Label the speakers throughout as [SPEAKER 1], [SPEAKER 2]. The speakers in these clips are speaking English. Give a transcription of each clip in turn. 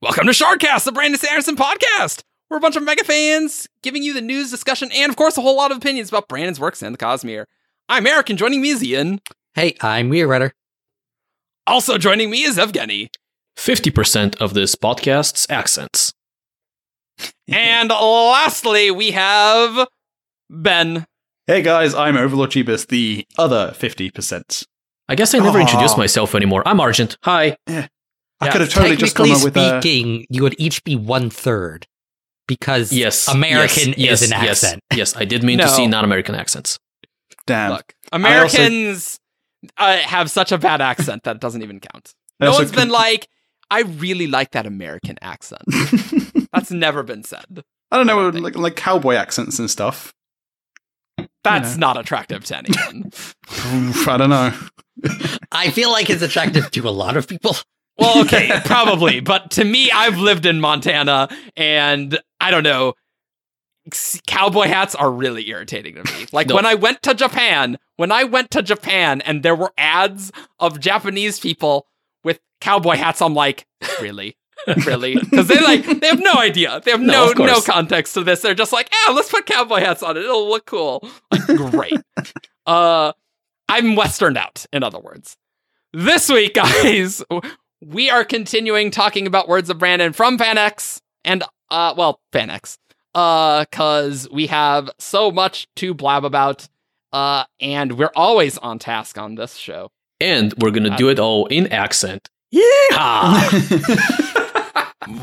[SPEAKER 1] Welcome to Shardcast, the Brandon Sanderson podcast. We're a bunch of mega fans giving you the news, discussion, and of course, a whole lot of opinions about Brandon's works and the Cosmere. I'm Eric, and joining me is Ian.
[SPEAKER 2] Hey, I'm Weir Rider.
[SPEAKER 1] Also joining me is Evgeny.
[SPEAKER 3] 50% of this podcast's accents.
[SPEAKER 1] and lastly, we have
[SPEAKER 4] Um,
[SPEAKER 1] Ben.
[SPEAKER 4] Hey guys, I'm Overlord Chibis, the other 50%.
[SPEAKER 3] I guess I never
[SPEAKER 1] Oh.
[SPEAKER 3] introduced
[SPEAKER 4] Aw.
[SPEAKER 3] myself anymore. I'm Argent. Hi.
[SPEAKER 4] I
[SPEAKER 3] Yeah,
[SPEAKER 4] could have totally just gone
[SPEAKER 2] Technically
[SPEAKER 4] with uh,
[SPEAKER 2] speaking, you would each be one third because
[SPEAKER 3] Yes.
[SPEAKER 2] American
[SPEAKER 3] yes,
[SPEAKER 2] is an
[SPEAKER 3] yes, yes,
[SPEAKER 2] accent.
[SPEAKER 3] Yes, I did mean
[SPEAKER 1] No.
[SPEAKER 3] to see non American accents.
[SPEAKER 4] damn.
[SPEAKER 1] Look, Americans uh, have such a bad accent that it doesn't even count.
[SPEAKER 4] I
[SPEAKER 1] No
[SPEAKER 4] also
[SPEAKER 1] one's been
[SPEAKER 4] com-
[SPEAKER 1] like, I really like that American accent. That's never been said.
[SPEAKER 4] I don't know,
[SPEAKER 1] I don't
[SPEAKER 4] like, like cowboy accents and stuff.
[SPEAKER 1] That's
[SPEAKER 4] Yeah.
[SPEAKER 1] not attractive to anyone.
[SPEAKER 4] Oof, I don't know.
[SPEAKER 2] I feel like it's attractive to a lot of people.
[SPEAKER 1] Well, okay, probably, but to me, I've lived in Montana, and I don't know. s- Cowboy hats are really irritating to me. Like
[SPEAKER 3] No.
[SPEAKER 1] when I went to Japan, when I went to Japan, and there were ads of Japanese people with cowboy hats. I'm like, really, really, because they like they have no idea. They have
[SPEAKER 3] No,
[SPEAKER 1] no
[SPEAKER 3] of
[SPEAKER 1] no,
[SPEAKER 3] course.
[SPEAKER 1] context to this. They're just like, yeah, let's put cowboy hats on it. It'll look cool. Like, great. uh, I'm westerned out. In other words, this week, guys, we are continuing talking about Words of Brandon from FanX and uh well, FanX. Uh cuz we have so much to blab about uh and we're always on task on this show.
[SPEAKER 3] And we're
[SPEAKER 1] Uh,
[SPEAKER 3] going to do it all in accent.
[SPEAKER 1] Ah,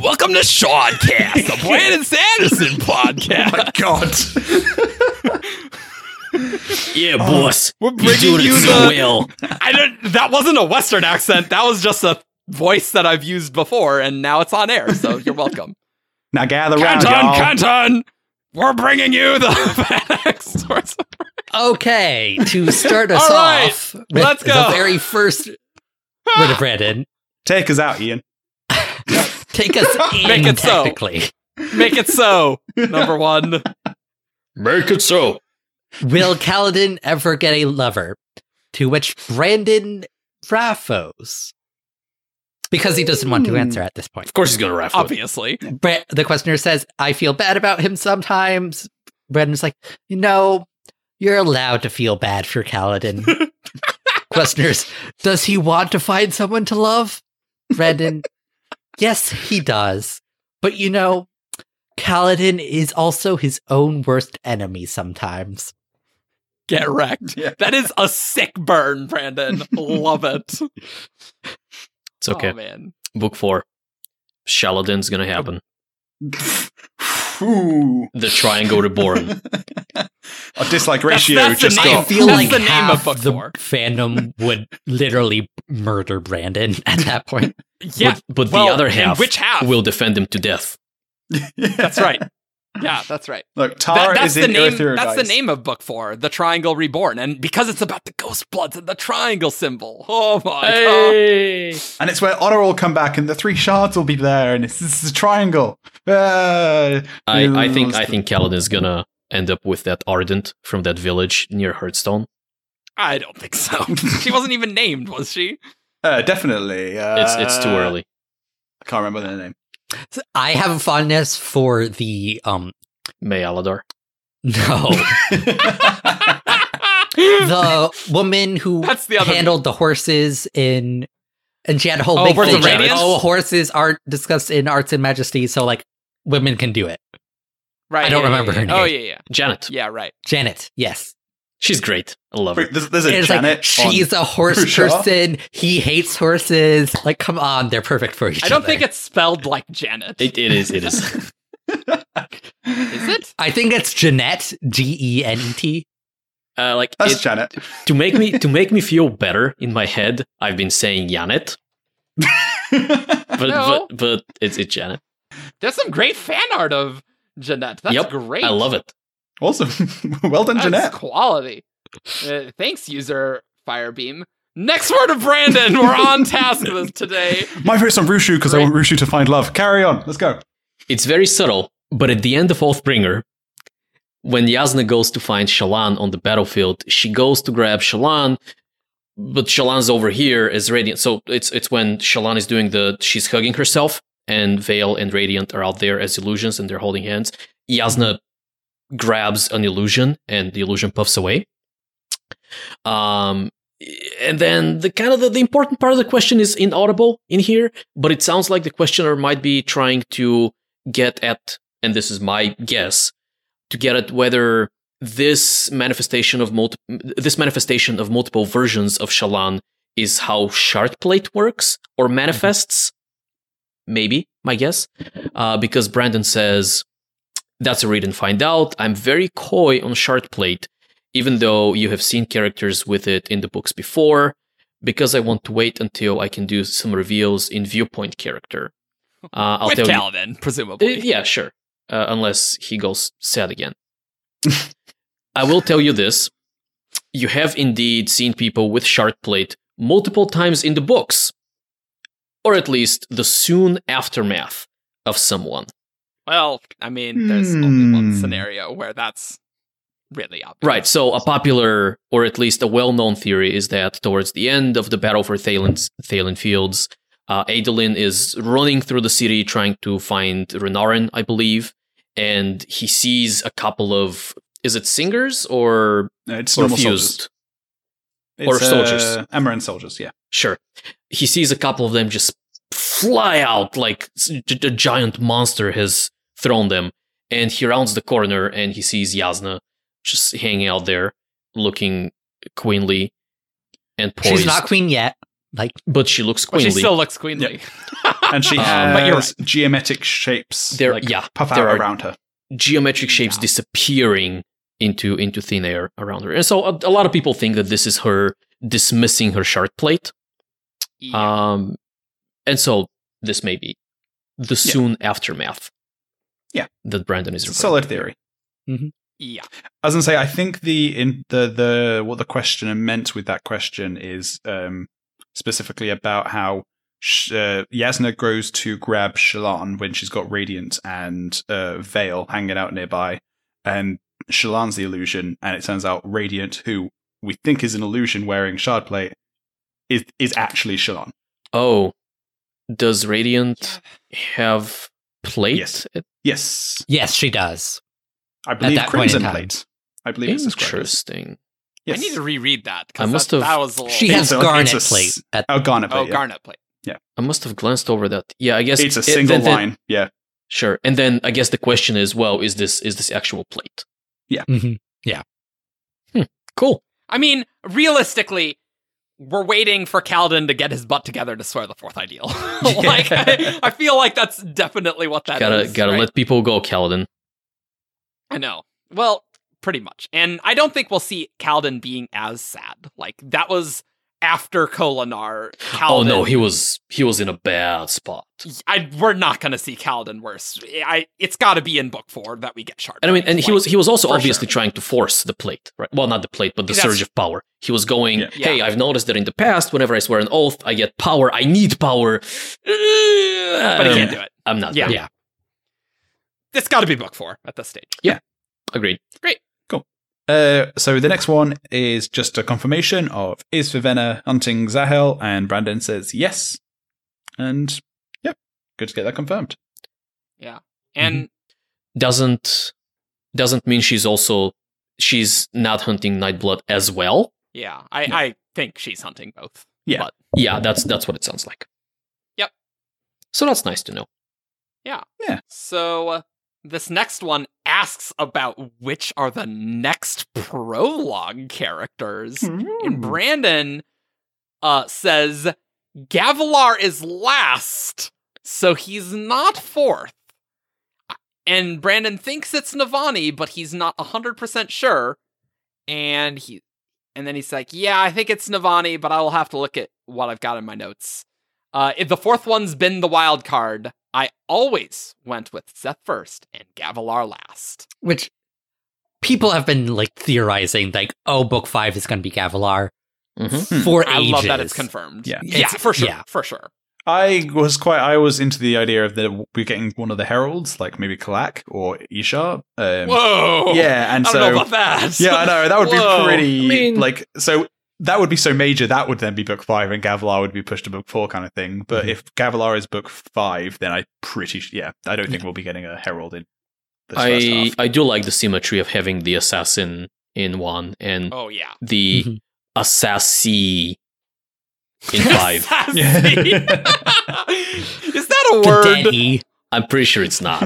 [SPEAKER 1] Welcome to Shawcast, the Brandon Sanderson
[SPEAKER 4] oh
[SPEAKER 1] podcast.
[SPEAKER 4] my god.
[SPEAKER 3] Yeah, boss.
[SPEAKER 1] oh. We're
[SPEAKER 3] You're doing it so well.
[SPEAKER 1] I don't that wasn't a western accent. That was just a voice that I've used before and now it's on air. So you're welcome.
[SPEAKER 4] now gather round,
[SPEAKER 1] Canton,
[SPEAKER 4] y'all.
[SPEAKER 1] Canton. We're bringing you the FanX source.
[SPEAKER 2] Okay, to start us
[SPEAKER 1] All right,
[SPEAKER 2] off with
[SPEAKER 1] let's go.
[SPEAKER 2] the very first word of Brandon.
[SPEAKER 4] Take us out, Ian.
[SPEAKER 2] Take us
[SPEAKER 1] Make
[SPEAKER 2] in
[SPEAKER 1] it so.
[SPEAKER 2] technically.
[SPEAKER 1] Make it so. Number one.
[SPEAKER 3] Make it so.
[SPEAKER 2] Will Kaladin ever get a lover? To which Brandon raffos. Because he doesn't want to
[SPEAKER 4] Hmm.
[SPEAKER 2] answer at this point.
[SPEAKER 3] Of course he's going to raffle. it.
[SPEAKER 1] Obviously.
[SPEAKER 2] Brett, the questioner says, I feel bad about him sometimes. Brandon's like, No, you're allowed to feel bad for Kaladin. Questioners, does he want to find someone to love? Brandon, yes, he does. But you know, Kaladin is also his own worst enemy sometimes.
[SPEAKER 1] Get wrecked.
[SPEAKER 4] Yeah.
[SPEAKER 1] That is a sick burn, Brandon. Love it.
[SPEAKER 3] It's okay.
[SPEAKER 1] Oh, man.
[SPEAKER 3] Book four. Shaladin's going to happen.
[SPEAKER 4] Ooh.
[SPEAKER 3] The Triangle Reborn.
[SPEAKER 4] Our dislike
[SPEAKER 1] That's-
[SPEAKER 4] ratio
[SPEAKER 1] that's the
[SPEAKER 4] just
[SPEAKER 1] name.
[SPEAKER 2] I
[SPEAKER 4] got.
[SPEAKER 2] feel
[SPEAKER 1] That's
[SPEAKER 2] like
[SPEAKER 1] the name
[SPEAKER 2] half
[SPEAKER 1] of book
[SPEAKER 2] the
[SPEAKER 1] four.
[SPEAKER 2] fandom would literally murder Brandon at that point.
[SPEAKER 1] Yeah.
[SPEAKER 3] But, but
[SPEAKER 1] well,
[SPEAKER 3] the other
[SPEAKER 1] and
[SPEAKER 3] half,
[SPEAKER 1] which half?
[SPEAKER 3] will defend him to death.
[SPEAKER 1] That's right. Yeah, that's right.
[SPEAKER 4] Look,
[SPEAKER 1] That-
[SPEAKER 4] Tara
[SPEAKER 1] that's
[SPEAKER 4] is in
[SPEAKER 1] the name.
[SPEAKER 4] Earthira,
[SPEAKER 1] That's the
[SPEAKER 4] guys.
[SPEAKER 1] name of book four, The Triangle Reborn, and because it's about the ghost bloods and the triangle symbol. Oh my god!
[SPEAKER 4] And it's where honor will come back, and the three shards will be there, and it's, it's a triangle. Uh,
[SPEAKER 3] I, I think I
[SPEAKER 4] it's-
[SPEAKER 3] think Kaladin is gonna end up with that Ardent from that village near Hearthstone.
[SPEAKER 1] I don't think so. she wasn't even named, was she?
[SPEAKER 4] Uh, definitely. Uh,
[SPEAKER 3] It's it's too early.
[SPEAKER 4] I can't remember their name.
[SPEAKER 2] So I have a fondness for the um
[SPEAKER 3] May Aladar.
[SPEAKER 2] no the woman who
[SPEAKER 1] that's the other.
[SPEAKER 2] handled the horses in and she had a whole
[SPEAKER 1] Oh,
[SPEAKER 2] big
[SPEAKER 1] Horse
[SPEAKER 2] thing
[SPEAKER 3] of
[SPEAKER 2] like,
[SPEAKER 1] Radiance?
[SPEAKER 2] oh horses aren't discussed in arts and majesty so like women can do it
[SPEAKER 1] right,
[SPEAKER 2] I don't
[SPEAKER 1] yeah, yeah,
[SPEAKER 2] remember
[SPEAKER 1] yeah.
[SPEAKER 2] her
[SPEAKER 1] Oh
[SPEAKER 2] name.
[SPEAKER 1] yeah, yeah,
[SPEAKER 3] Janet.
[SPEAKER 1] yeah. Right.
[SPEAKER 2] janet yes
[SPEAKER 3] She's great. I love her.
[SPEAKER 4] Wait, There's, there's a
[SPEAKER 2] And it's
[SPEAKER 4] Janet.
[SPEAKER 2] like she's a horse
[SPEAKER 4] Crusher?
[SPEAKER 2] person he hates horses like come on they're perfect for each
[SPEAKER 1] I don't
[SPEAKER 2] other.
[SPEAKER 1] think it's spelled like Janet.
[SPEAKER 3] It, it is. It is.
[SPEAKER 1] is it?
[SPEAKER 2] i think it's jeanette E g-e-n-e-t
[SPEAKER 3] Uh, like
[SPEAKER 4] That's
[SPEAKER 3] it-
[SPEAKER 4] Janet.
[SPEAKER 3] to make me to make me feel better in my head. I've been saying Janet, but
[SPEAKER 1] No.
[SPEAKER 3] but, but it's it's Janet.
[SPEAKER 1] There's some great fan art of Jeanette. That's
[SPEAKER 3] Yep,
[SPEAKER 1] great.
[SPEAKER 3] I love it.
[SPEAKER 4] awesome. well done,
[SPEAKER 1] That's
[SPEAKER 4] Janet.
[SPEAKER 1] quality. Uh, thanks, user Firebeam. Next word of Brandon. We're on task with today.
[SPEAKER 4] My vote's on Rushu because I
[SPEAKER 1] Great.
[SPEAKER 4] want Rushu to find love. Carry on. Let's go.
[SPEAKER 3] It's very subtle, but at the end of Oathbringer, when Yasna goes to find Shallan on the battlefield, she goes to grab Shallan, but Shallan's over here as Radiant. So it's it's when Shallan is doing the she's hugging herself and Veil and Radiant are out there as illusions and they're holding hands. Yasna grabs an illusion and the illusion puffs away. Um, and then the kind of the, the important part of the question is inaudible in here, but it sounds like the questioner might be trying to get at, and this is my guess, to get at whether this manifestation of multi- this manifestation of multiple versions of Shalan is how shard plate works or manifests. Maybe my guess, uh, because Brandon says that's a read and find out. I'm very coy on shard plate, even though you have seen characters with it in the books before, because I want to wait until I can do some reveals in viewpoint character. Uh, I'll
[SPEAKER 1] With
[SPEAKER 3] tell you.
[SPEAKER 1] Calvin, presumably.
[SPEAKER 3] Uh, yeah, sure. Uh, unless he goes sad again. I will tell you this. You have indeed seen people with shard plate multiple times in the books, or at least the soon aftermath of someone.
[SPEAKER 1] Well, I mean, there's only one
[SPEAKER 4] Hmm.
[SPEAKER 1] scenario where that's really obvious.
[SPEAKER 3] Right, so a popular, or at least a well known theory, is that towards the end of the battle for Thalen's, Thalen Fields, uh, Adolin is running through the city trying to find Renarin, I believe, and he sees a couple of, is it singers or
[SPEAKER 4] No, it's
[SPEAKER 3] or
[SPEAKER 4] normal soldiers.
[SPEAKER 3] fused. Or
[SPEAKER 4] It's,
[SPEAKER 3] soldiers.
[SPEAKER 4] Uh, Amaran soldiers, yeah.
[SPEAKER 3] Sure. He sees a couple of them just fly out like s- g- a giant monster has thrown them. And he rounds the corner and he sees Yasna just hanging out there, looking queenly and poised.
[SPEAKER 2] She's not queen yet. Like
[SPEAKER 3] but she looks
[SPEAKER 1] But
[SPEAKER 3] queenly.
[SPEAKER 1] she still looks queenly.
[SPEAKER 4] And she
[SPEAKER 3] Um,
[SPEAKER 4] has
[SPEAKER 1] but you're
[SPEAKER 4] geometric shapes
[SPEAKER 3] There-
[SPEAKER 4] like,
[SPEAKER 3] yeah,
[SPEAKER 4] puff
[SPEAKER 3] there
[SPEAKER 4] out
[SPEAKER 3] are-
[SPEAKER 4] around her.
[SPEAKER 3] geometric shapes
[SPEAKER 1] Yeah.
[SPEAKER 3] disappearing into into thin air around her. And so a, a lot of people think that this is her dismissing her shard plate.
[SPEAKER 1] Yeah.
[SPEAKER 3] Um, and so this may be the soon aftermath.
[SPEAKER 4] Yeah.
[SPEAKER 3] that Brandon is
[SPEAKER 4] It's a
[SPEAKER 3] referring.
[SPEAKER 4] solid
[SPEAKER 3] to.
[SPEAKER 4] theory.
[SPEAKER 1] yeah.
[SPEAKER 4] I was gonna say, I think the in the the what the questioner meant with that question is um, specifically about how Sh- uh, Yasna goes to grab Shallan when she's got Radiant and uh, Veil hanging out nearby, and Shallan's the illusion, and it turns out Radiant, who we think is an illusion wearing shard plate, is is actually Shallan.
[SPEAKER 3] Oh, does Radiant have plate?
[SPEAKER 4] Yes. Yes,
[SPEAKER 2] yes, she does.
[SPEAKER 4] I believe
[SPEAKER 2] that point in
[SPEAKER 4] Crimson
[SPEAKER 2] time.
[SPEAKER 4] Plate. I believe it's described as-
[SPEAKER 3] Interesting.
[SPEAKER 4] Yes.
[SPEAKER 1] I need to reread that
[SPEAKER 3] I
[SPEAKER 1] because
[SPEAKER 3] must
[SPEAKER 1] that,
[SPEAKER 3] have-
[SPEAKER 1] that was a little.
[SPEAKER 2] She
[SPEAKER 4] It's
[SPEAKER 2] has
[SPEAKER 4] a- it's
[SPEAKER 2] garnet
[SPEAKER 4] a s-
[SPEAKER 2] plate. At,
[SPEAKER 4] oh, Garnet.
[SPEAKER 1] oh,
[SPEAKER 4] Plate, yeah.
[SPEAKER 1] garnet plate.
[SPEAKER 3] I must have glanced over that. Yeah, I guess
[SPEAKER 4] It's a
[SPEAKER 3] it-
[SPEAKER 4] single
[SPEAKER 3] then- then-
[SPEAKER 4] line. Yeah.
[SPEAKER 3] Sure, and then I guess the question is, well, is this is this actual plate?
[SPEAKER 2] Mhm.
[SPEAKER 1] Hmm,
[SPEAKER 3] Cool.
[SPEAKER 1] I mean, realistically, we're waiting for Calden to get his butt together to swear the fourth ideal. like, I, I feel like that's definitely what that
[SPEAKER 3] gotta
[SPEAKER 1] is,
[SPEAKER 3] gotta
[SPEAKER 1] right?
[SPEAKER 3] let people go, Kaladin.
[SPEAKER 1] I know. Well, pretty much. And I don't think we'll see Calden being as sad. Like that was after Kolinar. Calden,
[SPEAKER 3] Oh no, he was he was in a bad spot.
[SPEAKER 1] I, we're not going to see Calden worse. I. It's got to be in book four that we get sharp.
[SPEAKER 3] And I mean, and he
[SPEAKER 1] Like,
[SPEAKER 3] was he was also
[SPEAKER 1] for
[SPEAKER 3] obviously
[SPEAKER 1] sure.
[SPEAKER 3] trying to force the plate, right? Well, not the plate, but the
[SPEAKER 1] That's-
[SPEAKER 3] surge of power. He was going,
[SPEAKER 4] Yeah.
[SPEAKER 3] "Hey,
[SPEAKER 1] Yeah.
[SPEAKER 3] I've noticed that in the past, whenever I swear an oath, I get power. I need power."
[SPEAKER 1] but he
[SPEAKER 3] Um,
[SPEAKER 1] can't do it.
[SPEAKER 3] I'm not.
[SPEAKER 1] Yeah.
[SPEAKER 3] ready.
[SPEAKER 2] Yeah.
[SPEAKER 1] It's got to be book four at this stage.
[SPEAKER 3] agreed.
[SPEAKER 4] Uh, so the next one is just a confirmation of is Vivenna hunting Zahel, and Brandon says yes, and yep, good to get that confirmed.
[SPEAKER 1] And
[SPEAKER 3] Doesn't doesn't mean she's also she's not hunting Nightblood as well.
[SPEAKER 1] yeah, I, I think she's hunting both.
[SPEAKER 3] Yeah, that's that's what it sounds like.
[SPEAKER 1] Yep.
[SPEAKER 3] So that's nice to know.
[SPEAKER 1] So uh, this next one asks about which are the next prologue characters. And Brandon uh, says Gavilar is last, so he's not fourth. And Brandon thinks it's Navani, but he's not 100% sure. And he and then he's like, "Yeah, I think it's Navani, but I will have to look at what I've got in my notes." Uh, if the fourth one's been the wild card, I always went with Seth first and Gavilar last.
[SPEAKER 2] Which people have been like theorizing, like, oh, book five is going to be Gavilar
[SPEAKER 1] Mm-hmm.
[SPEAKER 3] Mhm.
[SPEAKER 2] for
[SPEAKER 1] Hmm. I
[SPEAKER 2] ages.
[SPEAKER 1] love that it's confirmed.
[SPEAKER 4] Yeah.
[SPEAKER 1] yeah,
[SPEAKER 2] It's-
[SPEAKER 1] for sure,
[SPEAKER 2] yeah.
[SPEAKER 1] for sure.
[SPEAKER 4] I was quite. I was into the idea of that we're getting one of the heralds, like maybe Kalak or Ishar. Um,
[SPEAKER 1] Whoa,
[SPEAKER 4] yeah, and
[SPEAKER 1] I don't
[SPEAKER 4] so
[SPEAKER 1] know about that.
[SPEAKER 4] yeah, I know that would
[SPEAKER 1] Whoa.
[SPEAKER 4] be pretty
[SPEAKER 3] I mean-
[SPEAKER 4] like so. that would be so major. That would then be book five, and Gavilar would be pushed to book four, kind of thing. But
[SPEAKER 1] Mm-hmm.
[SPEAKER 2] Mhm.
[SPEAKER 4] if Gavilar is book five, then I pretty sh- yeah, I
[SPEAKER 1] Mm.
[SPEAKER 4] don't think we'll be getting a herald in this first
[SPEAKER 3] I
[SPEAKER 4] half.
[SPEAKER 3] I do like the symmetry of having the assassin in one and
[SPEAKER 1] Oh yeah.
[SPEAKER 3] the
[SPEAKER 2] Mhm.
[SPEAKER 3] assassin in five.
[SPEAKER 1] Sassy.
[SPEAKER 4] Yeah.
[SPEAKER 1] Is that a
[SPEAKER 2] The
[SPEAKER 1] word?
[SPEAKER 2] Denny.
[SPEAKER 3] I'm pretty sure it's not.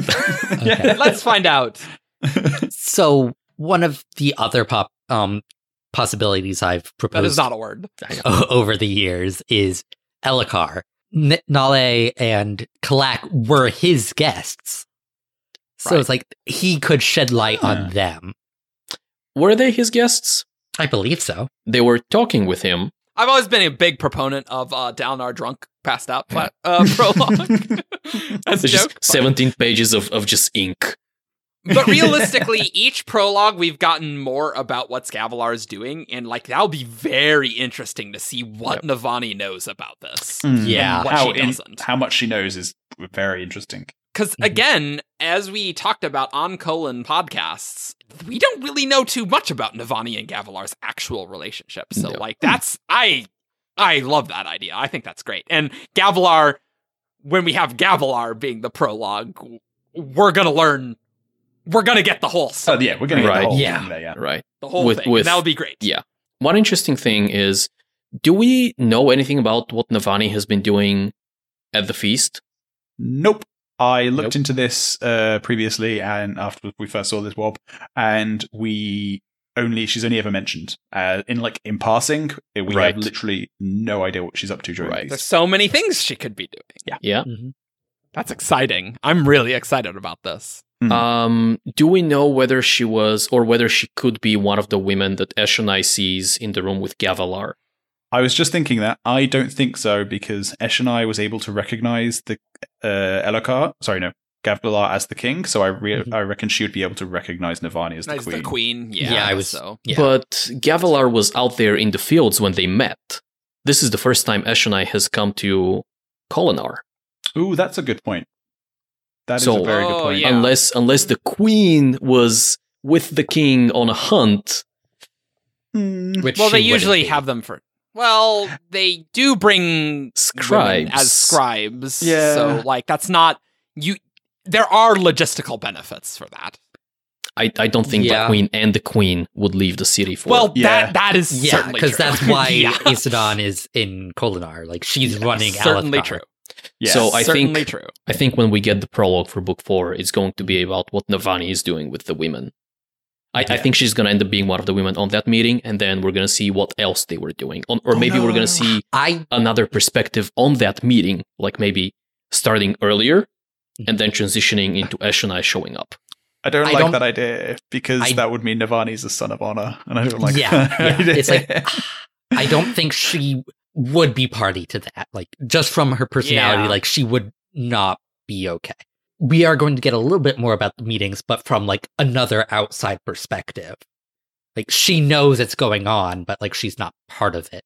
[SPEAKER 2] Okay.
[SPEAKER 1] Let's find out.
[SPEAKER 2] So one of the other pop um possibilities I've
[SPEAKER 1] That is
[SPEAKER 2] proposed
[SPEAKER 1] not a word.
[SPEAKER 2] o- over the years is Elikar. N- Nale and Kalak were his guests. So
[SPEAKER 1] Right.
[SPEAKER 2] it's like he could shed light
[SPEAKER 4] Ah.
[SPEAKER 2] on them.
[SPEAKER 3] Were they his guests?
[SPEAKER 2] I believe so.
[SPEAKER 3] They were talking with him.
[SPEAKER 1] I've always been a big proponent of uh, down our drunk, passed out pla- uh, prologue as a
[SPEAKER 3] There's just
[SPEAKER 1] joke. but-
[SPEAKER 3] 17 pages of, of just ink.
[SPEAKER 1] But realistically, each prologue we've gotten more about what Scavilar is doing, and like that'll be very interesting to see what Navani knows about this.
[SPEAKER 3] Hmm.
[SPEAKER 4] Mm.
[SPEAKER 2] Yeah.
[SPEAKER 1] What
[SPEAKER 4] how
[SPEAKER 1] she
[SPEAKER 4] in-
[SPEAKER 1] doesn't.
[SPEAKER 4] how much she knows is very interesting.
[SPEAKER 1] Because
[SPEAKER 3] Mm-hmm.
[SPEAKER 2] Mhm.
[SPEAKER 1] again, as we talked about on colon podcasts, we don't really know too much about Navani and Gavilar's actual relationship. So
[SPEAKER 3] No.
[SPEAKER 1] like that's I I love that idea. I think that's great. And Gavilar, when we have Gavilar being the prologue, w- we're gonna learn we're gonna get the whole
[SPEAKER 4] So
[SPEAKER 1] stuff,
[SPEAKER 4] yeah, we're gonna get
[SPEAKER 3] Right.
[SPEAKER 4] the whole
[SPEAKER 2] Yeah.
[SPEAKER 4] thing there, yeah.
[SPEAKER 3] Right.
[SPEAKER 1] the whole
[SPEAKER 3] Uh, with-
[SPEAKER 1] thing.
[SPEAKER 3] with-
[SPEAKER 1] that would be great.
[SPEAKER 3] yeah. One interesting thing is do we know anything about what Navani has been doing at the feast?
[SPEAKER 4] Nope. I
[SPEAKER 3] Nope.
[SPEAKER 4] looked into this uh, previously, and after we first saw this wob, and we only she's only ever mentioned uh, in like in passing. We
[SPEAKER 3] Right.
[SPEAKER 4] have literally no idea what she's up to during
[SPEAKER 3] Right.
[SPEAKER 1] There's
[SPEAKER 4] these.
[SPEAKER 1] so many things she could be doing.
[SPEAKER 3] Yeah.
[SPEAKER 1] Mm-hmm. That's exciting. I'm really excited about this.
[SPEAKER 4] Hmm.
[SPEAKER 3] Um, do we know whether she was or whether she could be one of the women that Eshonai sees in the room with Gavilar?
[SPEAKER 4] I was just thinking that I don't think so because Esh and I was able to recognize the uh, Elokar. Sorry, no. Gavdalar as the king, so I re-
[SPEAKER 3] Mm-hmm.
[SPEAKER 2] Mhm.
[SPEAKER 4] I reckon she would be able to recognize Navani as the
[SPEAKER 1] Nice,
[SPEAKER 4] queen.
[SPEAKER 1] the queen. Yeah,
[SPEAKER 2] Yeah, I was-
[SPEAKER 1] so.
[SPEAKER 2] Yeah.
[SPEAKER 3] But Gavilar was out there in the fields when they met. This is the first time Eshonai has come to Kolinar.
[SPEAKER 4] Ooh, that's a good point. That is
[SPEAKER 3] So-
[SPEAKER 4] a very good
[SPEAKER 1] Oh,
[SPEAKER 4] point.
[SPEAKER 1] yeah.
[SPEAKER 3] Unless unless the queen was with the king on a hunt.
[SPEAKER 4] Hmm.
[SPEAKER 2] Which
[SPEAKER 1] Well, they
[SPEAKER 2] she wouldn't
[SPEAKER 1] usually
[SPEAKER 2] be.
[SPEAKER 1] have them for. Well, they do bring
[SPEAKER 3] Scribes.
[SPEAKER 1] women as scribes.
[SPEAKER 4] Yeah.
[SPEAKER 1] So, like, that's not you. There are logistical benefits for that.
[SPEAKER 3] I, I don't think
[SPEAKER 2] Yeah.
[SPEAKER 3] the queen and the queen would leave the city for
[SPEAKER 1] well,
[SPEAKER 4] Yeah.
[SPEAKER 1] that that is
[SPEAKER 2] Yeah,
[SPEAKER 1] certainly
[SPEAKER 2] because
[SPEAKER 1] true.
[SPEAKER 2] that's why
[SPEAKER 1] Yeah.
[SPEAKER 2] Isidon is in Kolinar. Like she's running
[SPEAKER 1] certainly
[SPEAKER 2] Alethkar.
[SPEAKER 1] true.
[SPEAKER 4] Yeah.
[SPEAKER 3] So I
[SPEAKER 1] certainly
[SPEAKER 3] think
[SPEAKER 1] true.
[SPEAKER 3] I think when we get the prologue for book four, it's going to be about what Navani is doing with the women. I, I
[SPEAKER 4] Yeah.
[SPEAKER 3] think she's gonna end up being one of the women on that meeting, and then we're gonna see what else they were doing, On- or
[SPEAKER 4] Oh,
[SPEAKER 3] maybe we're
[SPEAKER 4] no.
[SPEAKER 3] gonna see
[SPEAKER 2] I
[SPEAKER 3] another perspective on that meeting, like maybe starting earlier and then transitioning into Ash and I showing up.
[SPEAKER 4] I don't
[SPEAKER 2] I
[SPEAKER 4] like
[SPEAKER 2] don't-
[SPEAKER 4] that idea because
[SPEAKER 2] I-
[SPEAKER 4] that would mean Navani's a son of honor, and I don't like
[SPEAKER 2] Yeah,
[SPEAKER 4] that.
[SPEAKER 2] yeah.
[SPEAKER 4] idea.
[SPEAKER 2] It's like- ah, I don't think she would be party to that. Like just from her personality,
[SPEAKER 1] Yeah.
[SPEAKER 2] like she would not be okay. We are going to get a little bit more about the meetings, but from like another outside perspective. Like she knows it's going on, but like she's not part of it.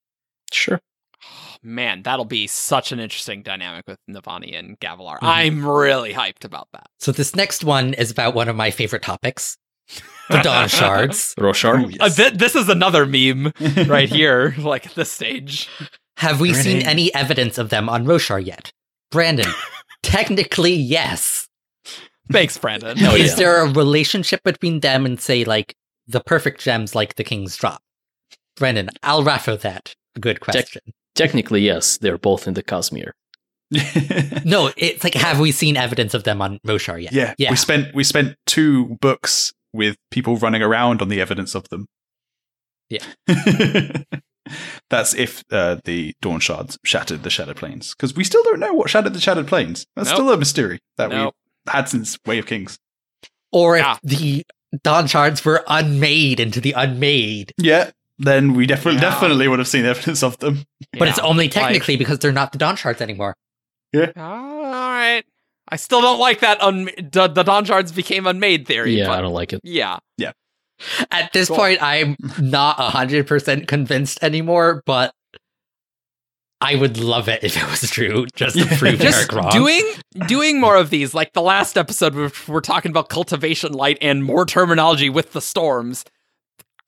[SPEAKER 3] Sure.
[SPEAKER 1] Oh, Man, that'll be such an interesting dynamic with Navani and Gavilar. I'm really hyped about that.
[SPEAKER 2] So this next one is about one of my favorite topics, the Dawn Shards.
[SPEAKER 4] Oh,
[SPEAKER 3] Roshar?
[SPEAKER 1] Uh,
[SPEAKER 4] yes.
[SPEAKER 1] thi- this is another meme right here, like at this stage.
[SPEAKER 2] Have we seen
[SPEAKER 4] Grenade.
[SPEAKER 2] any evidence of them on Roshar yet? Brandon, technically, yes.
[SPEAKER 1] Thanks, Brandon.
[SPEAKER 3] Oh,
[SPEAKER 2] Is
[SPEAKER 3] yeah.
[SPEAKER 2] there a relationship between them and, say, like the perfect gems like the King's Drop? Brandon, I'll raffle that. Good question.
[SPEAKER 3] Technically, yes, they're both in the Cosmere.
[SPEAKER 2] No, it's like, have we seen evidence of them on Roshar yet?
[SPEAKER 4] yeah,
[SPEAKER 2] Yeah.
[SPEAKER 4] We spent we spent two books with people running around on the evidence of them.
[SPEAKER 2] Yeah.
[SPEAKER 4] That's if uh, the Dawn Shards shattered the Shattered Plains, because we still don't know what shattered the Shattered Plains. That's
[SPEAKER 1] Nope.
[SPEAKER 4] still a mystery that
[SPEAKER 1] Nope.
[SPEAKER 4] we had since Way of Kings.
[SPEAKER 2] Or if
[SPEAKER 1] Yeah.
[SPEAKER 2] the Dawn Shards were unmade into the unmade,
[SPEAKER 4] Yeah, then we defi-
[SPEAKER 1] Yeah.
[SPEAKER 4] definitely would have seen evidence of them.
[SPEAKER 2] but it's
[SPEAKER 1] Yeah.
[SPEAKER 2] only technically because they're not the Dawn Shards anymore.
[SPEAKER 1] All right. I still don't like that. Un- the, the Donjards became unmade theory.
[SPEAKER 3] Yeah,
[SPEAKER 1] but
[SPEAKER 3] I don't like it.
[SPEAKER 1] yeah.
[SPEAKER 2] At this
[SPEAKER 4] Cool.
[SPEAKER 2] point, I'm not 100% convinced anymore, but I would love it if it was true, just to prove
[SPEAKER 4] Just
[SPEAKER 2] Eric wrong.
[SPEAKER 1] Doing doing more of these, like the last episode, which we're talking about cultivation light and more terminology with the storms.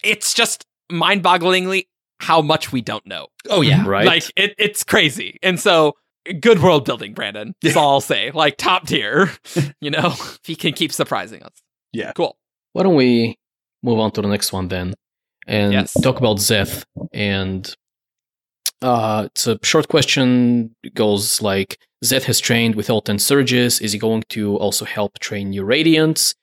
[SPEAKER 1] It's just mind-bogglingly how much we don't know.
[SPEAKER 2] Oh yeah.
[SPEAKER 3] right?
[SPEAKER 1] Like it, it's crazy. And so good world building, Brandon. That's all I'll say. Like top tier, you know, if he can keep surprising us.
[SPEAKER 4] Yeah.
[SPEAKER 1] Cool.
[SPEAKER 3] Why don't we move on to the next one then and
[SPEAKER 1] Yes.
[SPEAKER 3] talk about Zeth and uh it's a short question It goes like Zeth has trained with all 10 surges is he going to also help train new radiants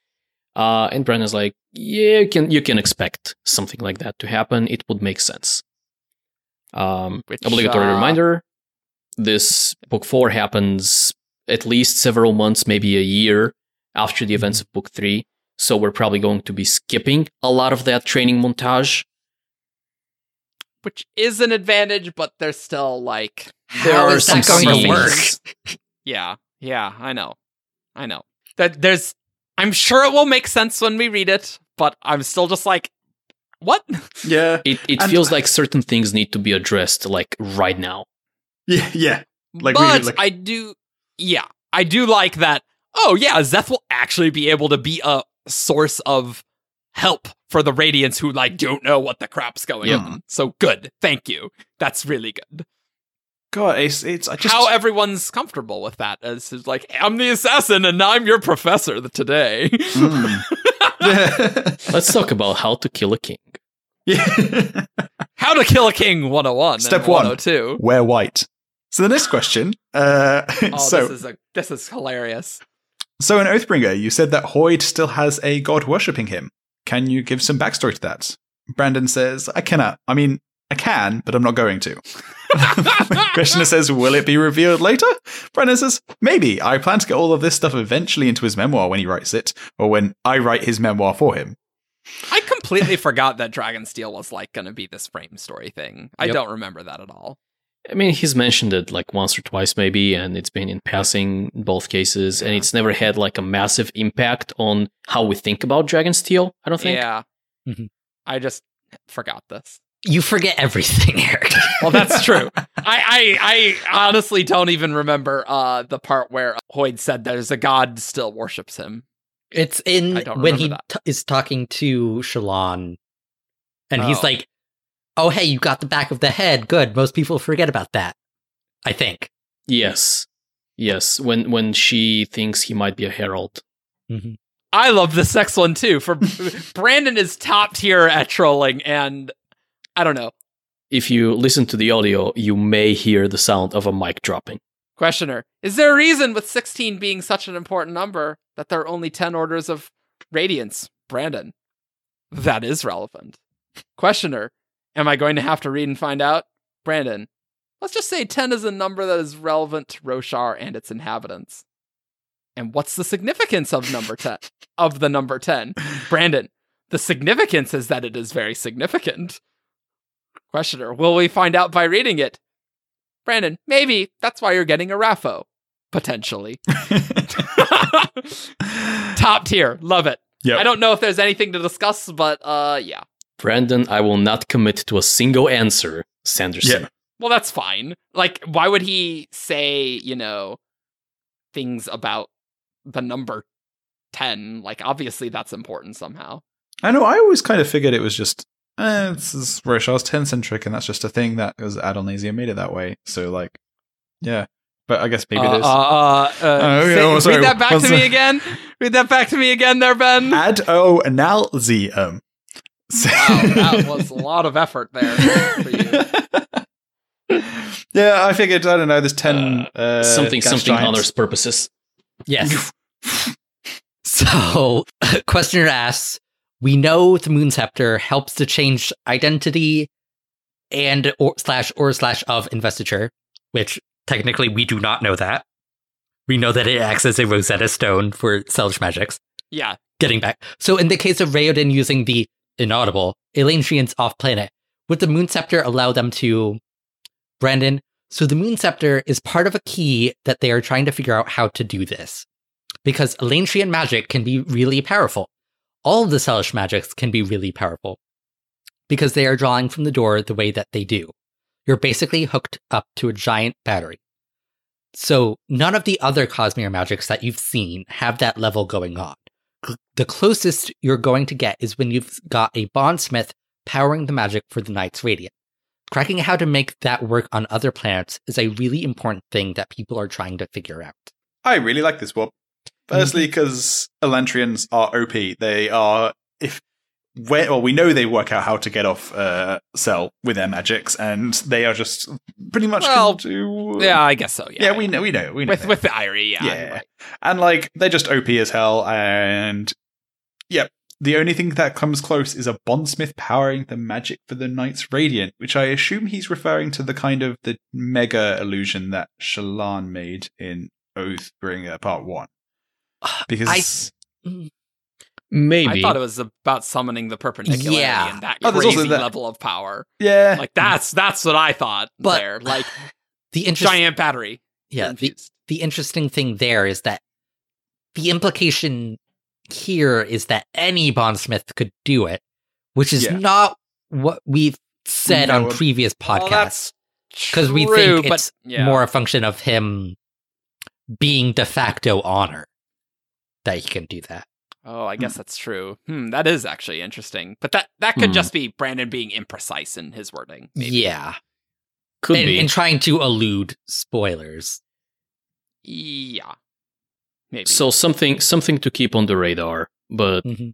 [SPEAKER 3] uh and Brandon's like yeah you can you can expect something like that to happen it would make sense um
[SPEAKER 1] Which,
[SPEAKER 3] obligatory
[SPEAKER 1] uh,
[SPEAKER 3] reminder this book 4 happens at least several months maybe a year after the events of book 3 so we're probably going to be skipping a lot of that training montage.
[SPEAKER 1] Which is an advantage, but they're still like
[SPEAKER 2] There
[SPEAKER 3] There
[SPEAKER 2] How
[SPEAKER 3] are
[SPEAKER 2] is that
[SPEAKER 3] some
[SPEAKER 2] going to
[SPEAKER 3] scenes.
[SPEAKER 2] work?
[SPEAKER 1] Yeah. Yeah, I know. I know. That there's I'm sure it will make sense when we read it, but I'm still just like what?
[SPEAKER 4] Yeah.
[SPEAKER 3] It it
[SPEAKER 4] And-
[SPEAKER 3] feels like certain things need to be addressed like right now.
[SPEAKER 4] Yeah. Yeah. Like,
[SPEAKER 1] but
[SPEAKER 4] really, like-
[SPEAKER 1] I do, yeah, I do like that. Oh yeah, Zeth will actually be able to be a source of help for the Radiants who like don't know what the crap's going
[SPEAKER 4] Yeah.
[SPEAKER 1] on. So good, thank you. That's really good.
[SPEAKER 4] God, it's it's. I just.
[SPEAKER 1] How everyone's comfortable with that is is like I'm the assassin and I'm your professor today.
[SPEAKER 4] Mm. yeah.
[SPEAKER 3] Let's talk about how to kill a king.
[SPEAKER 4] yeah.
[SPEAKER 1] How to Kill a King 101.
[SPEAKER 4] Step
[SPEAKER 1] and
[SPEAKER 4] one.
[SPEAKER 1] 102.
[SPEAKER 4] Wear white. So the next question. Uh,
[SPEAKER 1] Oh,
[SPEAKER 4] so
[SPEAKER 1] this is a this is hilarious.
[SPEAKER 4] so in Oathbringer, you said that Hoyd still has a god worshipping him. Can you give some backstory to that? Brandon says, I cannot. I mean, I can, but I'm not going to. Krishna says, Will it be revealed later? Brennan says, Maybe. I plan to get all of this stuff eventually into his memoir when he writes it, or when I write his memoir for him.
[SPEAKER 1] I completely forgot that Dragonsteel was like going to be this frame story thing. I
[SPEAKER 3] Yep.
[SPEAKER 1] don't remember that at all.
[SPEAKER 3] I mean, he's mentioned it like once or twice maybe, and it's been in passing in both cases, and
[SPEAKER 1] Yeah.
[SPEAKER 3] it's never had like a massive impact on how we think about Dragonsteel. I don't think. Mm-hmm.
[SPEAKER 1] Yeah.
[SPEAKER 2] Mhm.
[SPEAKER 1] I just forgot this.
[SPEAKER 2] You forget everything, Eric.
[SPEAKER 1] Well, that's true. I, I I honestly don't even remember uh the part where Hoyd said there's a god still worships him.
[SPEAKER 2] It's in
[SPEAKER 1] I don't
[SPEAKER 2] when
[SPEAKER 1] remember
[SPEAKER 2] he
[SPEAKER 1] that.
[SPEAKER 2] t- is talking to Shalon, and
[SPEAKER 1] Oh.
[SPEAKER 2] he's like, "Oh, hey, you got the back of the head. Good. Most people forget about that. I think."
[SPEAKER 3] Yes. Yes. When when she thinks he might be a herald.
[SPEAKER 1] I love this next one too. For Brandon is top tier at trolling, and I don't know.
[SPEAKER 3] If you listen to the audio, you may hear the sound of a mic dropping.
[SPEAKER 1] Questioner, is there a reason with 16 being such an important number that there are only 10 orders of radiance, Brandon? That is relevant. Questioner, am I going to have to read and find out? Brandon, let's just say 10 is a number that is relevant to Roshar and its inhabitants. And what's the significance of number 10? Of the number 10? Brandon, the significance is that it is very significant. Questioner, will we find out by reading it? Brandon, maybe that's why you're getting a Raffo. Potentially. Top tier. Love it.
[SPEAKER 4] Yep.
[SPEAKER 1] I don't know if there's anything to discuss, but uh yeah.
[SPEAKER 3] Brandon, I will not commit to a single answer, Sanderson.
[SPEAKER 4] Yeah.
[SPEAKER 1] Well, that's fine. Like, why would he say, you know, things about the number 10? Like, obviously that's important somehow.
[SPEAKER 4] I know, I always kind of figured it was just, eh, this is Roshar's 10 centric, and that's just a thing that was Adonisia made it that way. So, like, yeah. But I guess maybe
[SPEAKER 1] Uh,
[SPEAKER 4] it is.
[SPEAKER 1] uh, uh, uh,
[SPEAKER 4] Oh, yeah,
[SPEAKER 1] say-
[SPEAKER 4] oh, sorry.
[SPEAKER 1] read that back
[SPEAKER 4] What's
[SPEAKER 1] to me
[SPEAKER 4] the-
[SPEAKER 1] again. Read that back to me again there, Ben. wow,
[SPEAKER 4] Ad o analsium. So-
[SPEAKER 1] that was a lot of effort there for you.
[SPEAKER 4] yeah, I figured, I don't know, there's 10. Uh,
[SPEAKER 3] something,
[SPEAKER 4] gas
[SPEAKER 3] something
[SPEAKER 4] giants.
[SPEAKER 3] honors purposes.
[SPEAKER 2] Yes. so, questioner asks, "We know the Moon Scepter helps to change identity and or slash or slash of investiture, which technically we do not know that. We know that it acts as a Rosetta Stone for Salvage Magics."
[SPEAKER 1] Yeah,
[SPEAKER 2] getting back. So in the case of Rayodin using the inaudible, Elantrians off planet, would the Moon Scepter allow them to Brandon? So the Moon Scepter is part of a key that they are trying to figure out how to do this. Because Elantrian magic can be really powerful. All of the Selish magics can be really powerful. Because they are drawing from the door the way that they do. You're basically hooked up to a giant battery. So none of the other Cosmere magics that you've seen have that level going on the closest you're going to get is when you've got a bondsmith powering the magic for the Knights Radiant. cracking how to make that work on other planets is a really important thing that people are trying to figure out.
[SPEAKER 4] I really like this one. Firstly,
[SPEAKER 1] Mm-hmm.
[SPEAKER 4] because Elantrians are OP. They are if where well we know they work out how to get off uh cell with their magics, and they are just pretty much
[SPEAKER 1] Well,
[SPEAKER 4] can do-
[SPEAKER 1] Yeah, I guess so. Yeah,
[SPEAKER 4] yeah. We know, we know, we know.
[SPEAKER 1] with
[SPEAKER 4] that.
[SPEAKER 1] with the Irie. Yeah,
[SPEAKER 4] Yeah. and like they're just OP as hell, and yep. The only thing that comes close is a bondsmith powering the magic for the Knights Radiant, which I assume he's referring to the kind of the mega illusion that Shallan made in Oathbringer Part One.
[SPEAKER 1] Uh,
[SPEAKER 4] Because
[SPEAKER 3] Maybe.
[SPEAKER 1] I thought it was about summoning the perpendicularity
[SPEAKER 2] Yeah.
[SPEAKER 1] and that
[SPEAKER 4] Oh, there's
[SPEAKER 1] crazy
[SPEAKER 4] also that-
[SPEAKER 1] level of power.
[SPEAKER 4] yeah,
[SPEAKER 1] Like that's that's what I thought
[SPEAKER 2] But-
[SPEAKER 1] there. Like
[SPEAKER 2] The interesting,
[SPEAKER 1] giant battery.
[SPEAKER 2] yeah, the,
[SPEAKER 1] Infused.
[SPEAKER 2] the interesting thing there is that the implication here is that any bondsmith could do it, which is
[SPEAKER 4] Yeah.
[SPEAKER 2] not what we've said
[SPEAKER 4] No,
[SPEAKER 2] on
[SPEAKER 4] um,
[SPEAKER 2] previous
[SPEAKER 1] Well,
[SPEAKER 2] podcasts
[SPEAKER 1] that's
[SPEAKER 2] because we
[SPEAKER 1] true,
[SPEAKER 2] think
[SPEAKER 1] but-
[SPEAKER 2] it's
[SPEAKER 1] yeah.
[SPEAKER 2] more a function of him being de facto honor that he can do that.
[SPEAKER 1] Oh, I
[SPEAKER 2] Mm.
[SPEAKER 1] guess that's true. Hmm, that is actually interesting. But that that could
[SPEAKER 3] Hmm.
[SPEAKER 1] just be Brandon being imprecise in his wording. Maybe.
[SPEAKER 2] Yeah,
[SPEAKER 3] Could
[SPEAKER 2] and,
[SPEAKER 3] be.
[SPEAKER 2] and trying to elude spoilers.
[SPEAKER 1] Yeah. Maybe.
[SPEAKER 3] so something something to keep on the radar, but
[SPEAKER 2] Mhm.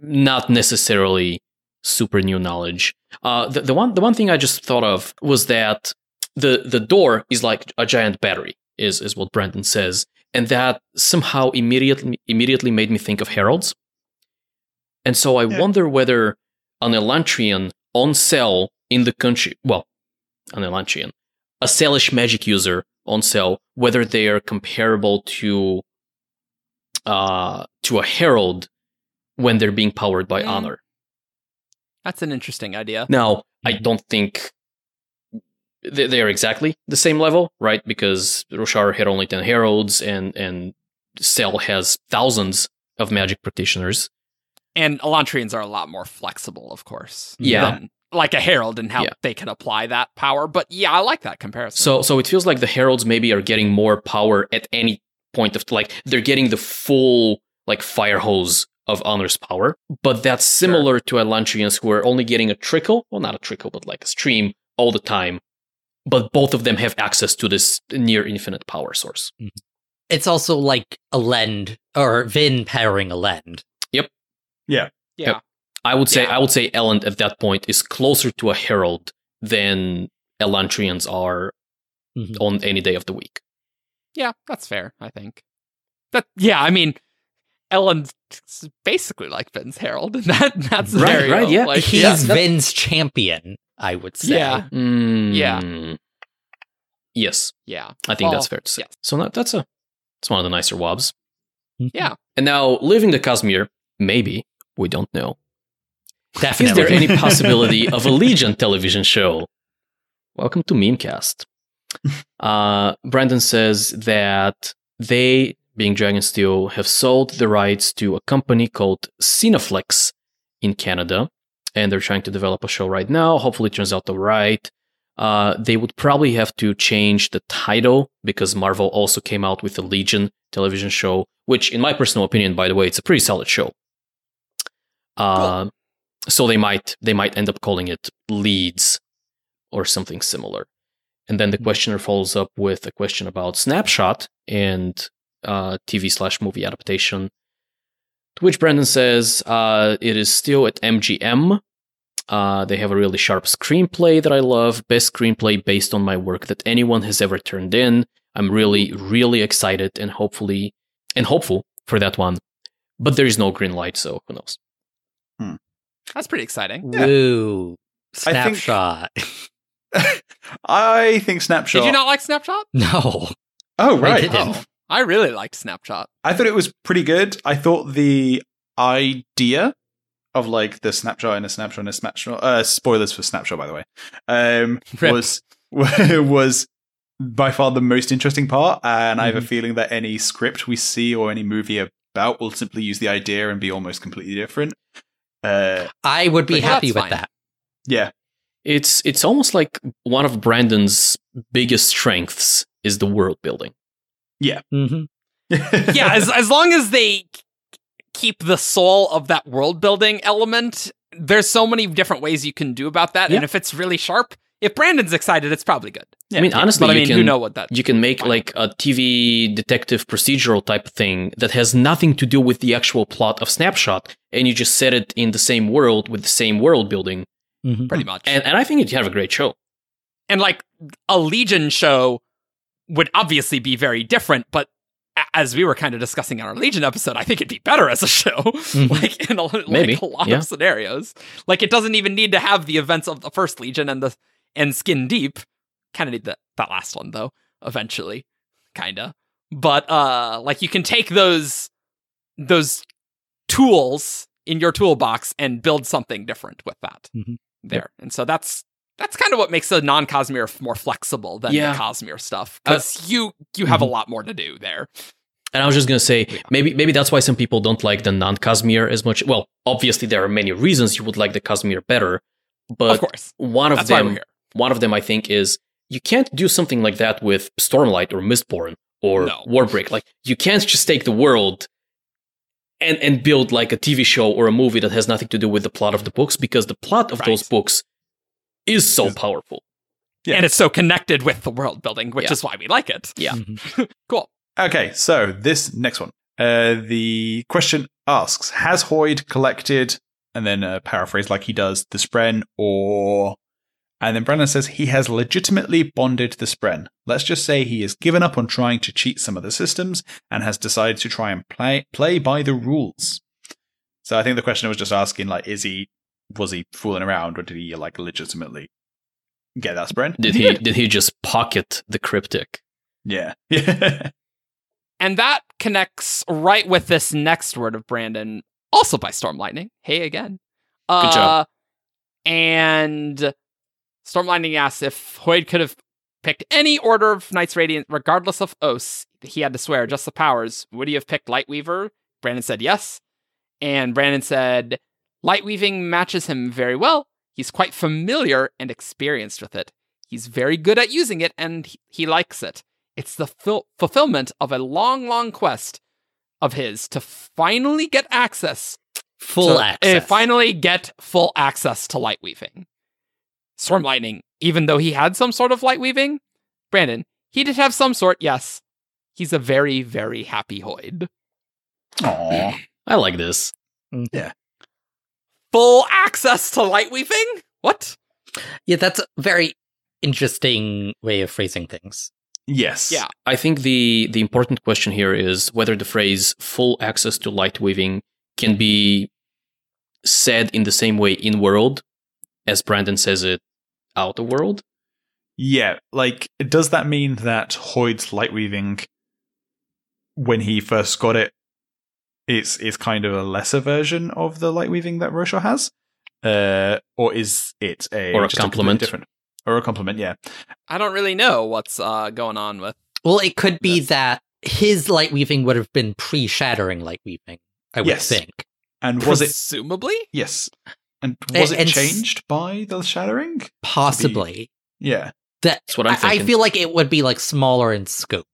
[SPEAKER 3] not necessarily super new knowledge. Uh, the, the one the one thing I just thought of was that the the door is like a giant battery is is what Brandon says, and that somehow immediately immediately made me think of heralds. And so I
[SPEAKER 4] Yeah.
[SPEAKER 3] wonder whether an Elantrian on cell in the country, well, an Elantrian, a Salish magic user on cell, whether they are comparable to uh to a herald when they're being powered by
[SPEAKER 1] Mm.
[SPEAKER 3] honor.
[SPEAKER 1] that's an interesting idea.
[SPEAKER 3] Now, I don't think they, they are exactly the same level, right? Because Roshar had only 10 heralds and, and Cell has thousands of magic practitioners.
[SPEAKER 1] And Elantrians are a lot more flexible, of course.
[SPEAKER 3] Yeah.
[SPEAKER 1] than- like a herald and how
[SPEAKER 3] Yeah.
[SPEAKER 1] they can apply that power. But yeah, I like that comparison.
[SPEAKER 3] So, so it feels like the heralds maybe are getting more power at any point of like they're getting the full like fire hose of honor's power. But that's similar to Elantrians who are only getting a trickle, well, not a trickle, but like a stream all the time. But both of them have access to this near infinite power source.
[SPEAKER 2] It's also like a lend or Vin powering a lend.
[SPEAKER 1] yeah.
[SPEAKER 3] Yep. I would say
[SPEAKER 1] Yeah.
[SPEAKER 3] I would say Elend at that point is closer to a herald than Elantrians are
[SPEAKER 2] Mhm.
[SPEAKER 3] on any day of the week.
[SPEAKER 1] Yeah, that's fair, I think. That yeah, I mean Ellen's basically like Ben's Herald in that that's
[SPEAKER 3] Right,
[SPEAKER 1] scenario.
[SPEAKER 3] right, yeah.
[SPEAKER 1] Like,
[SPEAKER 2] He's
[SPEAKER 1] yeah.
[SPEAKER 2] Vin's champion, I would say.
[SPEAKER 1] Yeah.
[SPEAKER 3] Mm. Yes,
[SPEAKER 1] Yeah.
[SPEAKER 3] I think that's
[SPEAKER 1] Well,
[SPEAKER 3] fair to say.
[SPEAKER 1] yes.
[SPEAKER 3] So that, that's a it's one of the nicer wobs.
[SPEAKER 2] Mm-hmm.
[SPEAKER 1] Yeah.
[SPEAKER 3] And now leaving the Cosmere, maybe we don't know. Is
[SPEAKER 2] Definitely.
[SPEAKER 3] there any possibility of a Legion television show? Welcome to Memecast. Uh, Brandon says that they, being Dragonsteel, have sold the rights to a company called Cineflex in Canada, and they're trying to develop a show right now. Hopefully, it turns out all right. Uh, they would probably have to change the title because Marvel also came out with a Legion television show, which, in my personal opinion, by the way, it's a pretty solid show. Uh, so they might they might end up calling it leads or something similar and then the questioner follows up with a question about snapshot and uh, tv slash movie adaptation to which brandon says uh, it is still at mgm uh, they have a really sharp screenplay that i love best screenplay based on my work that anyone has ever turned in i'm really really excited and hopefully and hopeful for that one but there is no green light so who knows
[SPEAKER 1] That's pretty exciting.
[SPEAKER 4] Yeah.
[SPEAKER 2] Woo.
[SPEAKER 4] I think-
[SPEAKER 2] Snapshot.
[SPEAKER 4] I think snapshot.
[SPEAKER 1] Did you not like Snapshot?
[SPEAKER 2] no.
[SPEAKER 4] Oh
[SPEAKER 2] I
[SPEAKER 4] right,
[SPEAKER 2] didn't.
[SPEAKER 1] Oh, I really liked Snapshot.
[SPEAKER 4] I thought it was pretty good. I thought the idea of like the snapshot and a snapshot and a snapshot. Uh, spoilers for snapshot, by the way. Um,
[SPEAKER 1] Rip.
[SPEAKER 4] was was by far the most interesting part, and I have a
[SPEAKER 2] Mhm.
[SPEAKER 4] feeling that any script we see or any movie about will simply use the idea and be almost completely different. Uh,
[SPEAKER 2] I would be
[SPEAKER 1] Well,
[SPEAKER 2] happy
[SPEAKER 1] that's
[SPEAKER 2] with
[SPEAKER 1] fine.
[SPEAKER 2] that.
[SPEAKER 4] yeah,
[SPEAKER 3] It's it's almost like one of Brandon's biggest strengths is the world building.
[SPEAKER 2] hmm
[SPEAKER 1] yeah, as as long as they k- keep the soul of that world building element, there's so many different ways you can do about that.
[SPEAKER 3] Yeah.
[SPEAKER 1] And if it's really sharp, If Brandon's excited, it's probably good.
[SPEAKER 3] I mean, honestly,
[SPEAKER 1] but I
[SPEAKER 3] you
[SPEAKER 1] mean,
[SPEAKER 3] can
[SPEAKER 1] you know what that?
[SPEAKER 3] you can make
[SPEAKER 1] Fine.
[SPEAKER 3] like a TV detective procedural type thing that has nothing to do with the actual plot of Snapshot, and you just set it in the same world with the same world building,
[SPEAKER 2] Mhm.
[SPEAKER 1] pretty much.
[SPEAKER 3] and and I think you'd have a great show.
[SPEAKER 1] and like a Legion show would obviously be very different, but a- as we were kind of discussing in our Legion episode, I think it'd be better as a show, like in a, like
[SPEAKER 3] Mm-hmm. Maybe,
[SPEAKER 1] a lot
[SPEAKER 3] yeah.
[SPEAKER 1] of scenarios. Like it doesn't even need to have the events of the first Legion and the and Skin Deep. Kind of need that that last one though, eventually, kinda. But uh, like you can take those those tools in your toolbox and build something different with that
[SPEAKER 3] Mm-hmm.
[SPEAKER 2] Mhm.
[SPEAKER 1] there. And so that's that's kind of what makes the non-Cosmere more flexible than
[SPEAKER 3] Yeah. Mm-hmm.
[SPEAKER 1] the Cosmere stuff because you you have a lot more to do there.
[SPEAKER 3] And I was just gonna say maybe maybe that's why some people don't like the non Cosmere as much. Well, obviously there are many reasons you would like the Cosmere better,
[SPEAKER 1] of
[SPEAKER 3] but
[SPEAKER 1] course,
[SPEAKER 3] one of
[SPEAKER 1] that's why we're
[SPEAKER 3] them
[SPEAKER 1] here.
[SPEAKER 3] one of them I think is you can't do something like that with Stormlight or Mistborn or
[SPEAKER 1] No.
[SPEAKER 3] Warbreak. Like you can't just take the world and and build like a TV show or a movie that has nothing to do with the plot of the books because the plot of
[SPEAKER 1] Right.
[SPEAKER 3] those books is so
[SPEAKER 4] Is-
[SPEAKER 3] powerful.
[SPEAKER 4] Yeah.
[SPEAKER 1] And it's so connected with the world building, which
[SPEAKER 3] Yeah.
[SPEAKER 1] is why we like it.
[SPEAKER 3] Yeah.
[SPEAKER 2] Mhm.
[SPEAKER 1] Cool.
[SPEAKER 4] Okay, so this next one. Uh, the question asks Has Hoyd collected, and then uh, paraphrase like he does, the Spren, or. And then Brandon says he has legitimately bonded the Spren. Let's just say he has given up on trying to cheat some of the systems and has decided to try and play play by the rules. So I think the question was just asking like, is he was he fooling around or did he like legitimately get that Spren?
[SPEAKER 3] Did he did he just pocket the cryptic?
[SPEAKER 4] Yeah. Yeah.
[SPEAKER 1] And that connects right with this next word of Brandon, also by Stormlightning. Hey again. Uh,
[SPEAKER 3] Good job.
[SPEAKER 1] And Stormlightning asks if Hoyd could have picked any order of Knights Radiant, regardless of Oath, he had to swear, just the powers. Would he have picked Lightweaver? Brandon said yes. And Brandon said, Lightweaving matches him very well. He's quite familiar and experienced with it. He's very good at using it and he- he likes it. It's the ful- fulfillment of a long, long quest of his to finally get access.
[SPEAKER 2] Full
[SPEAKER 1] to,
[SPEAKER 2] access.
[SPEAKER 1] uh, finally get full access to light weaving. Storm lightning, even though he had some sort of light weaving, Brandon, he did have some sort, yes. He's a very, very happy Hoid.
[SPEAKER 4] Aw.
[SPEAKER 3] I like this.
[SPEAKER 1] Full access to light weaving? What?
[SPEAKER 2] Yeah, that's a very interesting way of phrasing things.
[SPEAKER 4] Yes.
[SPEAKER 1] Yeah.
[SPEAKER 3] I think the the important question here is whether the phrase full access to light weaving can be said in the same way in world as Brandon says it out of world.
[SPEAKER 4] Yeah, like does that mean that Hoyd's light weaving, when he first got it, it's is kind of a lesser version of the light weaving that Rosho has, uh, or is it a
[SPEAKER 3] Or a
[SPEAKER 4] just completely
[SPEAKER 3] complement.
[SPEAKER 4] different or a compliment? Yeah,
[SPEAKER 1] I don't really know what's uh, going on with.
[SPEAKER 2] Well, it could be that his light weaving would have been pre shattering light weaving, I would
[SPEAKER 4] Yes.
[SPEAKER 2] think.
[SPEAKER 4] and was it
[SPEAKER 1] Presumably?
[SPEAKER 4] yes, and was
[SPEAKER 2] A-
[SPEAKER 4] it
[SPEAKER 2] and s-
[SPEAKER 4] changed by the shattering?
[SPEAKER 2] Possibly.
[SPEAKER 4] Yeah,
[SPEAKER 2] That
[SPEAKER 3] That's what I'm
[SPEAKER 2] I, I
[SPEAKER 3] thinking.
[SPEAKER 2] feel like it would be like smaller in scope.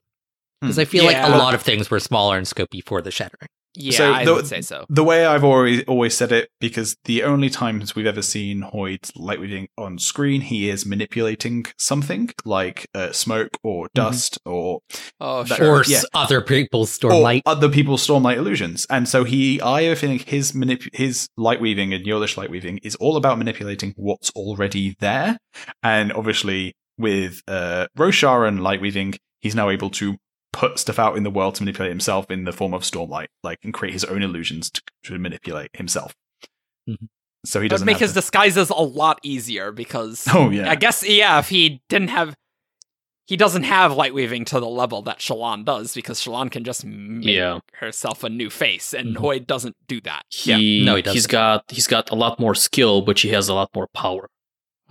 [SPEAKER 2] Because
[SPEAKER 4] Hmm.
[SPEAKER 2] I feel like
[SPEAKER 1] Yeah.
[SPEAKER 2] a lot of things were smaller in scope before the shattering.
[SPEAKER 1] Yeah,
[SPEAKER 4] So
[SPEAKER 1] I
[SPEAKER 4] the-
[SPEAKER 1] would say so.
[SPEAKER 4] the way I've always always said it because the only times we've ever seen Hoyt light weaving on screen, he is manipulating something like uh, smoke or dust or
[SPEAKER 1] Oh,
[SPEAKER 4] that-
[SPEAKER 1] sure.
[SPEAKER 2] or
[SPEAKER 4] yeah.
[SPEAKER 2] s other people's
[SPEAKER 4] or
[SPEAKER 2] stormlight.
[SPEAKER 4] other people's stormlight illusions. And so he, I think his manip- his light weaving and Yorlish light weaving is all about manipulating what's already there. And obviously, with uh, Roshar and light weaving, he's now able to put stuff out in the world to manipulate himself in the form of stormlight, like and create his own illusions to, to manipulate himself.
[SPEAKER 2] Mhm.
[SPEAKER 1] It
[SPEAKER 4] So he
[SPEAKER 1] Mm-hmm. would
[SPEAKER 4] doesn't
[SPEAKER 1] make
[SPEAKER 4] have
[SPEAKER 1] his
[SPEAKER 4] to-
[SPEAKER 1] disguises a lot easier because
[SPEAKER 4] Oh yeah,
[SPEAKER 1] I guess yeah, if he didn't have he doesn't have light weaving to the level that Shalon does because Shalon can just make
[SPEAKER 3] Yeah.
[SPEAKER 1] herself a new face and
[SPEAKER 2] Mhm.
[SPEAKER 4] Mm-hmm.
[SPEAKER 1] Hoyd doesn't do that.
[SPEAKER 3] He,
[SPEAKER 2] No, he
[SPEAKER 3] he's
[SPEAKER 2] doesn't.
[SPEAKER 3] got he's got a lot more skill, but he has a lot more power.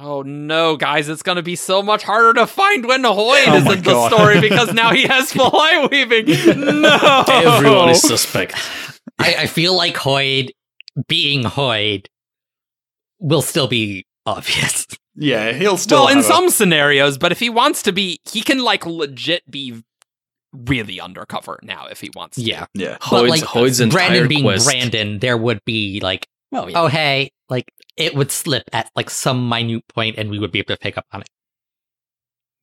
[SPEAKER 1] Oh no, guys, it's gonna be so much harder to find when Hoyd
[SPEAKER 4] Oh
[SPEAKER 1] is
[SPEAKER 4] my
[SPEAKER 1] in the
[SPEAKER 4] God.
[SPEAKER 1] story because now he has full light weaving. No
[SPEAKER 2] Oh.
[SPEAKER 3] Everyone is suspect.
[SPEAKER 2] I, I feel like Hoyd being Hoyd will still be obvious.
[SPEAKER 4] yeah, he'll still.
[SPEAKER 1] Well, in
[SPEAKER 4] have a-
[SPEAKER 1] some scenarios, but if he wants to be he can like legit be really undercover now if he wants to.
[SPEAKER 2] yeah.
[SPEAKER 4] yeah,
[SPEAKER 2] But
[SPEAKER 3] Hoyd's,
[SPEAKER 2] like,
[SPEAKER 3] Hoyd's entire
[SPEAKER 2] Brandon being
[SPEAKER 3] quest.
[SPEAKER 2] Brandon, there would be like,
[SPEAKER 3] Well, yeah.
[SPEAKER 2] oh hey, Like it would slip at like some minute point, and we would be able to pick up on it.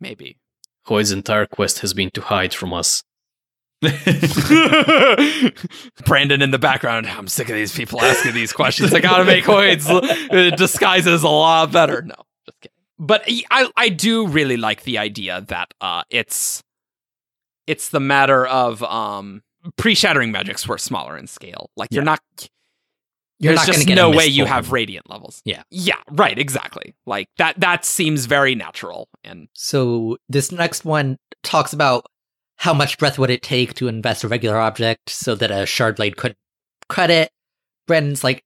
[SPEAKER 1] Maybe.
[SPEAKER 3] Hoy's entire quest has been to hide from us.
[SPEAKER 1] Brandon in the background. I'm sick of these people asking these questions. I gotta make Hoyt's disguises a lot better. No, just kidding. But I- I I do really like the idea that uh it's it's the matter of um pre-shattering magics were smaller in scale. Like you're not
[SPEAKER 2] You're
[SPEAKER 1] there's
[SPEAKER 2] not going
[SPEAKER 1] just
[SPEAKER 2] to get a
[SPEAKER 1] no
[SPEAKER 2] missed
[SPEAKER 1] way you
[SPEAKER 2] one.
[SPEAKER 1] have radiant levels.
[SPEAKER 2] Yeah.
[SPEAKER 1] Yeah, right, exactly. Like that that seems very natural and
[SPEAKER 2] So this next one talks about how much breath would it take to invest a regular object so that a shard blade could cut it. Brendan's like,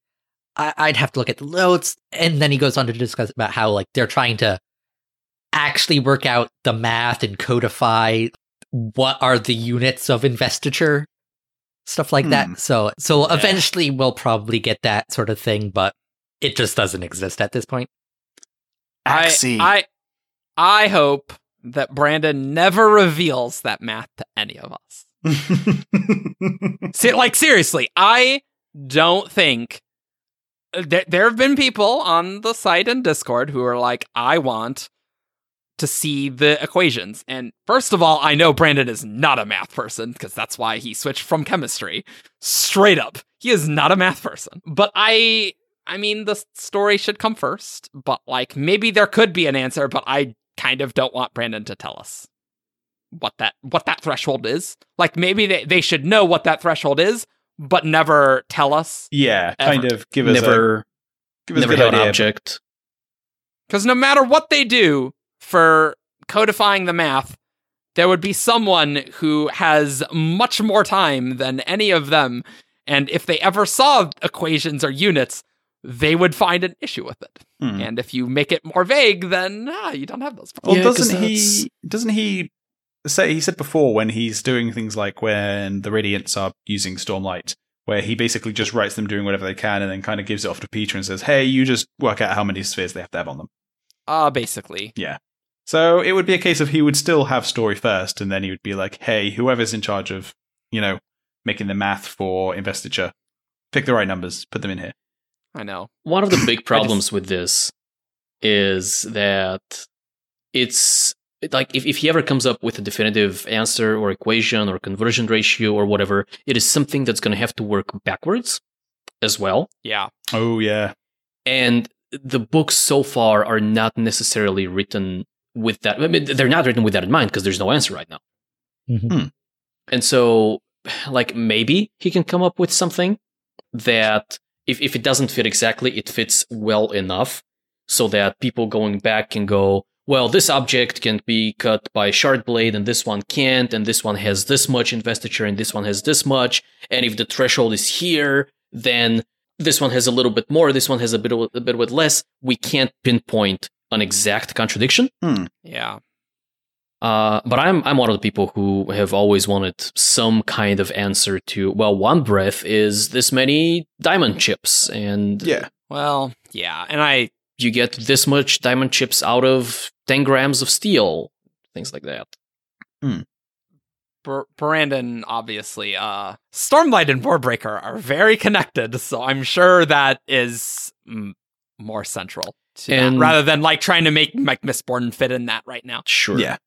[SPEAKER 2] I- I'd have to look at the notes, and then he goes on to discuss about how like they're trying to actually work out the math and codify what are the units of investiture, stuff like
[SPEAKER 4] Hmm.
[SPEAKER 2] that. So so
[SPEAKER 3] Yeah.
[SPEAKER 2] eventually we'll probably get that sort of thing, but it just doesn't exist at this point.
[SPEAKER 1] I,
[SPEAKER 4] E.
[SPEAKER 5] Axie.
[SPEAKER 1] I I hope that Brandon never reveals that math to any of us. See, like seriously, I don't think there there have been people on the site and Discord who are like, I want to see the equations. And first of all, I know Brandon is not a math person because that's why he switched from chemistry straight up. He is not a math person. But I I mean the story should come first, but like maybe there could be an answer, but I kind of don't want Brandon to tell us what that what that threshold is. Like maybe they, they should know what that threshold is, but never tell us.
[SPEAKER 4] yeah,
[SPEAKER 1] Ever.
[SPEAKER 4] kind of give us a,
[SPEAKER 3] Never,
[SPEAKER 4] give us a
[SPEAKER 3] never
[SPEAKER 4] good
[SPEAKER 3] had an
[SPEAKER 4] idea.
[SPEAKER 3] object.
[SPEAKER 1] Because no matter what they do for codifying the math, there would be someone who has much more time than any of them. And if they ever saw equations or units, they would find an issue with it.
[SPEAKER 4] Hmm.
[SPEAKER 1] And if you make it more vague, then ah, you don't have those.
[SPEAKER 4] Well,
[SPEAKER 3] Yeah, 'cause
[SPEAKER 4] doesn't
[SPEAKER 3] that's-
[SPEAKER 4] he? Doesn't he? Say he said before when he's doing things like when the radiants are using stormlight, where he basically just writes them doing whatever they can, and then kind of gives it off to Peter and says, "Hey, you just work out how many spheres they have to have on them."
[SPEAKER 1] Ah, basically.
[SPEAKER 4] So it would be a case of he would still have story first, and then he would be like, "Hey, whoever's in charge of, you know, making the math for investiture, pick the right numbers, put them in here."
[SPEAKER 1] I know.
[SPEAKER 3] one of the big problems with this is that it's like if, if he ever comes up with a definitive answer or equation or conversion ratio or whatever it is something that's going to have to work backwards as well
[SPEAKER 1] Yeah.
[SPEAKER 4] Oh yeah,
[SPEAKER 3] and the books so far are not necessarily written with that i mean they're not written with that in mind because there's no answer right now
[SPEAKER 2] Mm-hmm.
[SPEAKER 3] and so, like, maybe he can come up with something that, if, if it doesn't fit exactly, it fits well enough so that people going back can go, well, this object can be cut by shard blade, and this one can't, and this one has this much investiture, and this one has this much. And if the threshold is here, then this one has a little bit more, this one has a bit, a bit with less. We can't pinpoint an exact contradiction.
[SPEAKER 1] Yeah.
[SPEAKER 3] Uh, but I'm I'm one of the people who have always wanted some kind of answer to well, one breath is this many diamond chips, and
[SPEAKER 4] yeah.
[SPEAKER 1] Well, yeah. And I
[SPEAKER 3] you get this much diamond chips out of ten grams of steel, things like that.
[SPEAKER 1] Br- Brandon, obviously, uh, Stormlight and Warbreaker are very connected, so I'm sure that is mm, more central to that,
[SPEAKER 3] And-
[SPEAKER 1] rather than like trying to make Mike Mistborn fit in that right now.
[SPEAKER 3] Sure.
[SPEAKER 4] Yeah.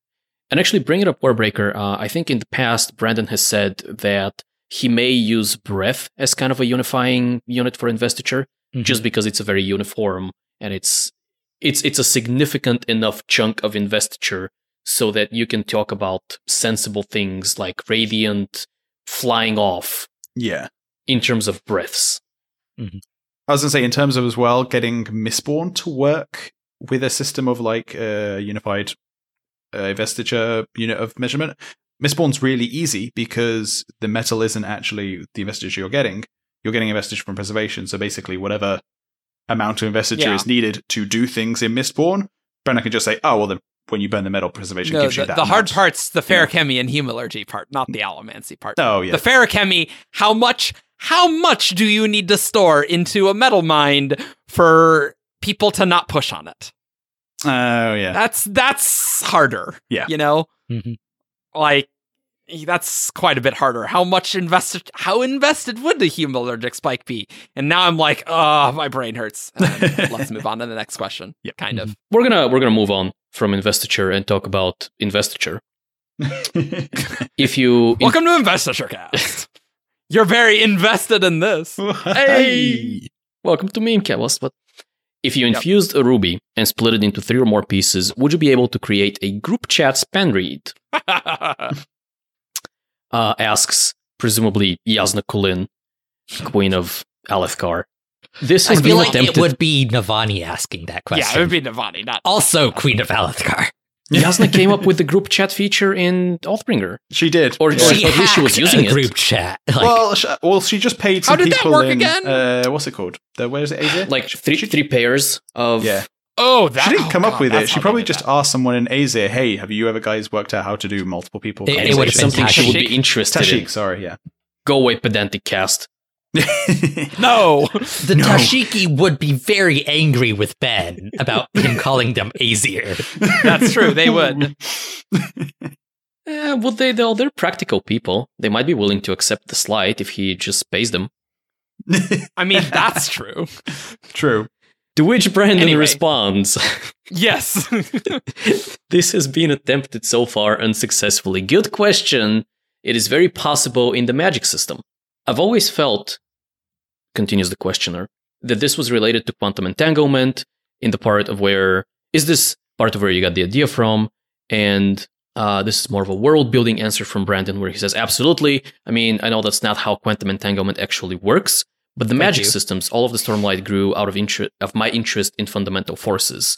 [SPEAKER 3] And actually, bringing up Warbreaker, uh, I think in the past, Brandon has said that he may use breath as kind of a unifying unit for investiture,
[SPEAKER 2] Mhm.
[SPEAKER 3] just because it's a very uniform and it's it's it's a significant enough chunk of investiture so that you can talk about sensible things like radiant flying off
[SPEAKER 4] Yeah.
[SPEAKER 3] in terms of breaths.
[SPEAKER 4] I was gonna say in terms of as well getting Mistborn to work with a system of like uh, unified uh, investiture unit of measurement. Mistborn's really easy because the metal isn't actually the investiture you're getting. You're getting investiture from preservation. So basically, whatever amount of investiture
[SPEAKER 1] Yeah.
[SPEAKER 4] is needed to do things in Mistborn, Brenner can just say, "Oh well, then when you burn the metal, preservation
[SPEAKER 1] No,
[SPEAKER 4] gives
[SPEAKER 1] the,
[SPEAKER 4] you that."
[SPEAKER 1] the hard
[SPEAKER 4] amount."
[SPEAKER 1] part's the ferrochemy and hemallergy part, not the allomancy part.
[SPEAKER 4] Oh yeah,
[SPEAKER 1] The ferrochemy, how much, how much do you need to store into a metal mind for people to not push on it?
[SPEAKER 4] oh yeah.
[SPEAKER 1] That's that's harder.
[SPEAKER 4] Yeah.
[SPEAKER 1] You know?
[SPEAKER 2] Mhm.
[SPEAKER 1] Like that's quite a bit harder. How much invested? How invested would the hemolytic spike be? And now I'm like, oh, my brain hurts. And let's move on to the next question.
[SPEAKER 4] Yep.
[SPEAKER 1] Kind of.
[SPEAKER 3] We're gonna we're gonna move on from investiture and talk about investiture.
[SPEAKER 4] Oh,
[SPEAKER 3] If you
[SPEAKER 1] Welcome to Investiture Cast. You're very invested in this.
[SPEAKER 4] hey.
[SPEAKER 3] Welcome to Meme Catalyst. But if you
[SPEAKER 1] Yep.
[SPEAKER 3] infused a ruby and split it into three or more pieces, would you be able to create a group chat span read? Uh, asks presumably Yasna Kulin, queen of Alethkar. This
[SPEAKER 2] I
[SPEAKER 3] has
[SPEAKER 2] feel
[SPEAKER 3] been
[SPEAKER 2] like
[SPEAKER 3] attempted.
[SPEAKER 2] it would be Navani asking that question.
[SPEAKER 1] yeah, it would be Navani, not
[SPEAKER 2] also Queen of Alethkar.
[SPEAKER 3] Yasna came up with the group chat feature in Oathbringer.
[SPEAKER 4] did.
[SPEAKER 3] Or-
[SPEAKER 4] Yeah.
[SPEAKER 3] or- at least she was
[SPEAKER 2] hacked
[SPEAKER 3] using
[SPEAKER 2] a
[SPEAKER 3] it.
[SPEAKER 2] group chat. Like,
[SPEAKER 4] well, sh- well, she just paid
[SPEAKER 1] How
[SPEAKER 4] some
[SPEAKER 1] did that
[SPEAKER 4] people
[SPEAKER 1] work
[SPEAKER 4] in,
[SPEAKER 1] again?
[SPEAKER 4] Uh, what's it called? The, where is it? Asia?
[SPEAKER 3] Like three
[SPEAKER 4] She-
[SPEAKER 3] three pairs of
[SPEAKER 4] Yeah.
[SPEAKER 1] Oh, that
[SPEAKER 4] she didn't
[SPEAKER 1] oh
[SPEAKER 4] come
[SPEAKER 1] God,
[SPEAKER 4] up with it.
[SPEAKER 1] that's
[SPEAKER 4] She
[SPEAKER 1] how they
[SPEAKER 4] probably
[SPEAKER 1] did
[SPEAKER 4] just
[SPEAKER 1] that.
[SPEAKER 4] asked someone in Asia, "Hey, have you ever guys worked out how to do multiple people?"
[SPEAKER 2] It-
[SPEAKER 3] Anyway,
[SPEAKER 2] would have been
[SPEAKER 3] something she would
[SPEAKER 1] Tashik.
[SPEAKER 3] be interested
[SPEAKER 4] Tashik,
[SPEAKER 3] in.
[SPEAKER 4] sorry, yeah.
[SPEAKER 3] Go away, pedantic cast.
[SPEAKER 1] no.
[SPEAKER 2] the
[SPEAKER 4] no.
[SPEAKER 2] Tashiki would be very angry with Ben about him calling them Aesir.
[SPEAKER 1] That's true, they would.
[SPEAKER 3] Eh, would they though? They're practical people. They might be willing to accept the slight if he just pays them.
[SPEAKER 1] I mean, that's true.
[SPEAKER 4] True.
[SPEAKER 3] To which Brandon
[SPEAKER 1] Anyway.
[SPEAKER 3] responds,
[SPEAKER 1] Yes.
[SPEAKER 3] This has been attempted so far unsuccessfully. Good question. It is very possible in the magic system. I've always felt, continues the questioner, that this was related to quantum entanglement in the part of where, is this part of where you got the idea from? And uh, this is more of a world building answer from Brandon, where he says, absolutely. I mean, I know that's not how quantum entanglement actually works, but the magic
[SPEAKER 1] you.
[SPEAKER 3] systems, all of the Stormlight grew out of, inter- of my interest in fundamental forces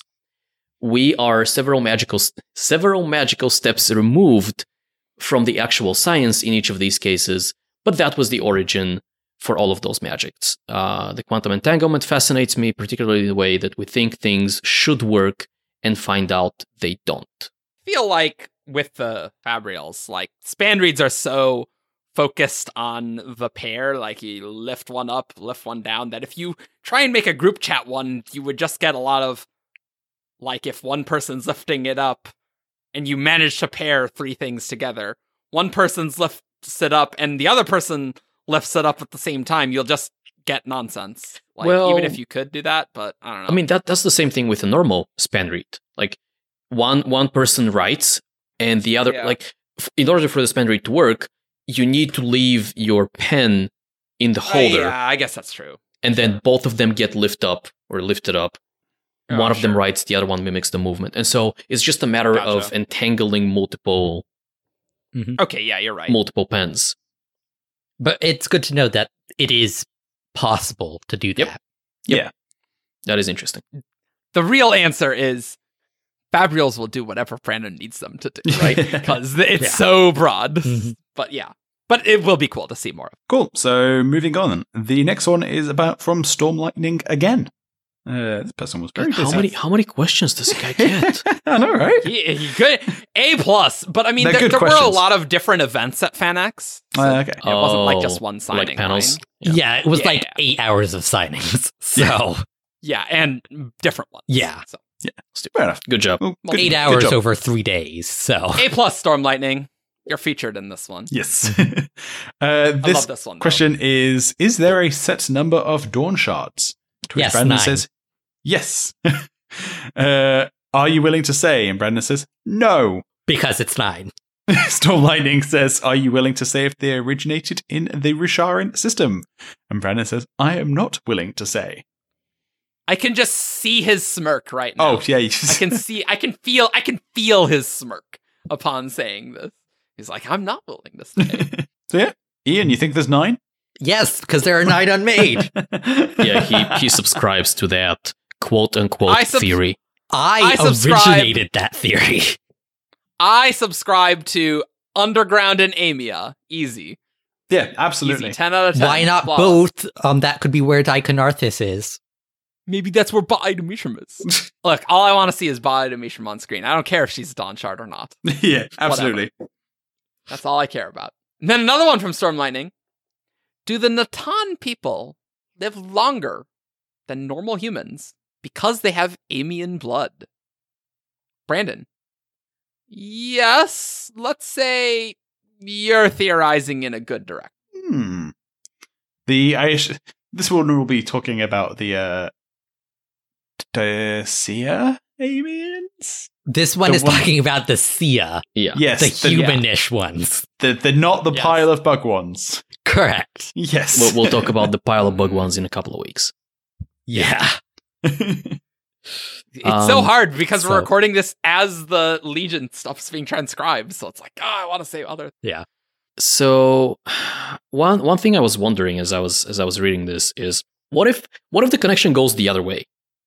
[SPEAKER 3] we are several magical several magical steps removed from the actual science in each of these cases, but that was the origin for all of those magics. Uh, the quantum entanglement fascinates me, particularly the way that we think things should work and find out they don't.
[SPEAKER 1] feel like with the Fabrials, like span reads are so focused on the pair, like you lift one up, lift one down, that if you try and make a group chat one, you would just get a lot of like if one person's lifting it up and you manage to pair three things together, one person's lifts it up and the other person lifts it up at the same time, you'll just get nonsense. Like
[SPEAKER 3] Well-
[SPEAKER 1] even if you could do that, but I don't know.
[SPEAKER 3] I mean, that that's the same thing with a normal span read. Like one one person writes, and the other
[SPEAKER 1] Yeah.
[SPEAKER 3] like f- in order for the span read to work, you need to leave your pen in the
[SPEAKER 1] Oh,
[SPEAKER 3] holder.
[SPEAKER 1] yeah, I guess that's true.
[SPEAKER 3] and then both of them get lift up or lifted up.
[SPEAKER 1] Oh,
[SPEAKER 3] One of them
[SPEAKER 1] sure.
[SPEAKER 3] writes, the other one mimics the movement, and so it's just a matter of
[SPEAKER 1] Gotcha.
[SPEAKER 3] entangling multiple
[SPEAKER 1] Okay, yeah, you're right.
[SPEAKER 3] multiple pens.
[SPEAKER 2] But it's good to know that it is possible to do
[SPEAKER 3] Yep.
[SPEAKER 2] that.
[SPEAKER 3] That is interesting.
[SPEAKER 1] the real answer is Fabrials will do whatever Brandon needs them to do, right? Because it's
[SPEAKER 2] Yeah.
[SPEAKER 1] so broad.
[SPEAKER 4] Mm-hmm.
[SPEAKER 2] Mhm.
[SPEAKER 1] But yeah, but it will be cool to see more.
[SPEAKER 4] Cool. So moving on. The next one is about from Storm Lightning again. Uh, this person was very
[SPEAKER 3] how
[SPEAKER 4] busy.
[SPEAKER 3] many how many questions does this guy get?
[SPEAKER 4] I know, right?
[SPEAKER 1] He, he could a plus, but I mean,
[SPEAKER 4] They're
[SPEAKER 1] there,
[SPEAKER 4] good
[SPEAKER 1] there were a
[SPEAKER 4] questions.
[SPEAKER 1] lot of different events at Fanex. So
[SPEAKER 4] Uh, okay.
[SPEAKER 1] it wasn't like just
[SPEAKER 3] Oh,
[SPEAKER 1] one signing.
[SPEAKER 3] like panels.
[SPEAKER 1] line.
[SPEAKER 2] Yeah, it was like
[SPEAKER 1] Yeah.
[SPEAKER 2] eight hours of signings. So
[SPEAKER 1] Yeah, and different ones.
[SPEAKER 2] Yeah.
[SPEAKER 1] So
[SPEAKER 4] Fair enough.
[SPEAKER 3] Good job.
[SPEAKER 4] Well,
[SPEAKER 1] Well,
[SPEAKER 2] eight
[SPEAKER 4] good
[SPEAKER 2] hours
[SPEAKER 4] job.
[SPEAKER 2] over three days. So
[SPEAKER 1] a plus, Storm Lightning. You're featured in this one.
[SPEAKER 4] Yes. uh,
[SPEAKER 1] I love
[SPEAKER 4] this
[SPEAKER 1] this one. though.
[SPEAKER 4] question is: Is there a set number of dawn shards? To which
[SPEAKER 2] Yes,
[SPEAKER 4] Brandon
[SPEAKER 2] nine.
[SPEAKER 4] says, "Yes." uh, are you willing to say? And Brandon says, "No."
[SPEAKER 2] because it's nine.
[SPEAKER 4] Storm Lightning says, Are you willing to say if they originated in the Risharan system? And Brandon says, I am not willing to say.
[SPEAKER 1] I can just see his smirk right now.
[SPEAKER 4] Oh, yeah. you-
[SPEAKER 1] I can see, I can feel, I can feel his smirk upon saying this. He's like, I'm not willing to say.
[SPEAKER 4] so, yeah. Ian, you think there's nine?
[SPEAKER 2] Yes, because there are nine unmade.
[SPEAKER 3] Yeah, he he subscribes to that quote unquote
[SPEAKER 1] I sub-
[SPEAKER 3] theory.
[SPEAKER 2] I,
[SPEAKER 1] I subscribe.
[SPEAKER 2] originated that theory.
[SPEAKER 1] I subscribe to Underground and Amia. Easy.
[SPEAKER 4] Yeah, absolutely.
[SPEAKER 1] Easy. 10 out of 10.
[SPEAKER 2] Why not
[SPEAKER 1] Blah.
[SPEAKER 2] both? Um, that could be where Diconarthus is.
[SPEAKER 1] Maybe that's where Ba Idemishram is. Look, all I want to see is Ba Idemishram on screen. I don't care if she's Don Shard or not.
[SPEAKER 4] yeah, absolutely.
[SPEAKER 1] That's all I care about. And then another one from Storm Lightning. Do the Natan people live longer than normal humans because they have Amian blood? Brandon. Yes, let's say you're theorizing in a good direction.
[SPEAKER 4] Hmm. The I sh- this one will be talking about the uh Dacia aliens.
[SPEAKER 2] This one
[SPEAKER 4] The
[SPEAKER 2] is
[SPEAKER 4] one-
[SPEAKER 2] talking about the Sia,
[SPEAKER 3] Yeah.
[SPEAKER 4] Yes,
[SPEAKER 2] the
[SPEAKER 4] the-
[SPEAKER 2] humanish ones.
[SPEAKER 4] the- they're not the
[SPEAKER 1] Yes.
[SPEAKER 4] pile of bug ones.
[SPEAKER 2] Correct.
[SPEAKER 4] Yes,
[SPEAKER 3] We'll, we'll talk about the pile of bug ones in a couple of weeks.
[SPEAKER 2] Yeah.
[SPEAKER 1] It's so
[SPEAKER 3] Um,
[SPEAKER 1] hard because
[SPEAKER 3] so-
[SPEAKER 1] we're recording this as the Legion stuff's being transcribed, so it's like, oh, I want to say other.
[SPEAKER 3] So one one thing I was wondering as I was as I was reading this is what if what if the connection goes the other way?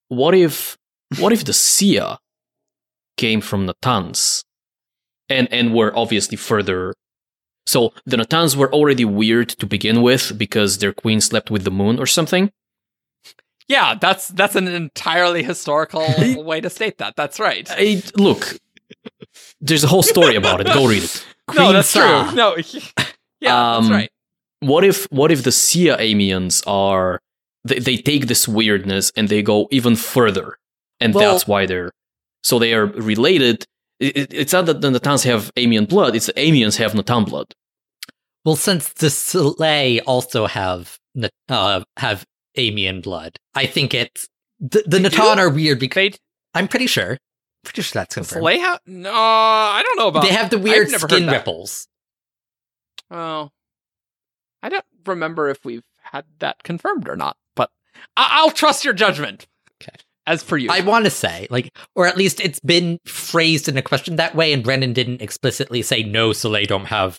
[SPEAKER 3] What if what if the Sia came from Natans and and were obviously further so the Natans were already weird to begin with because their queen slept with the moon or something.
[SPEAKER 1] Yeah, that's that's an entirely historical way to state that. That's right.
[SPEAKER 3] I, look, there's a whole story about it. Go read it.
[SPEAKER 1] no, that's
[SPEAKER 2] Sa.
[SPEAKER 1] true. No, yeah,
[SPEAKER 3] Um,
[SPEAKER 1] that's right.
[SPEAKER 3] what if what if the Sia Amians are they, they take this weirdness and they go even further, and
[SPEAKER 1] Well-
[SPEAKER 3] that's why they're so they are related. It, it- it's not that the Natans have Amian blood; it's the Amians have Natan blood.
[SPEAKER 2] Well, since the Soleil also have Na- uh, have Amian blood, I think it's the, the
[SPEAKER 1] They do?
[SPEAKER 2] Natan are weird because
[SPEAKER 1] They
[SPEAKER 2] I'm pretty sure. Pretty sure that's confirmed.
[SPEAKER 1] Slay ha- No, I don't know about.
[SPEAKER 2] they have the weird
[SPEAKER 1] never heard
[SPEAKER 2] skin
[SPEAKER 1] that.
[SPEAKER 2] ripples.
[SPEAKER 1] oh, I don't remember if we've had that confirmed or not, but I- I'll trust your judgment.
[SPEAKER 2] Okay.
[SPEAKER 1] As per you,
[SPEAKER 2] I want to say, like, or at least it's been phrased in a question that way, and Brennan didn't explicitly say no, Soleil don't have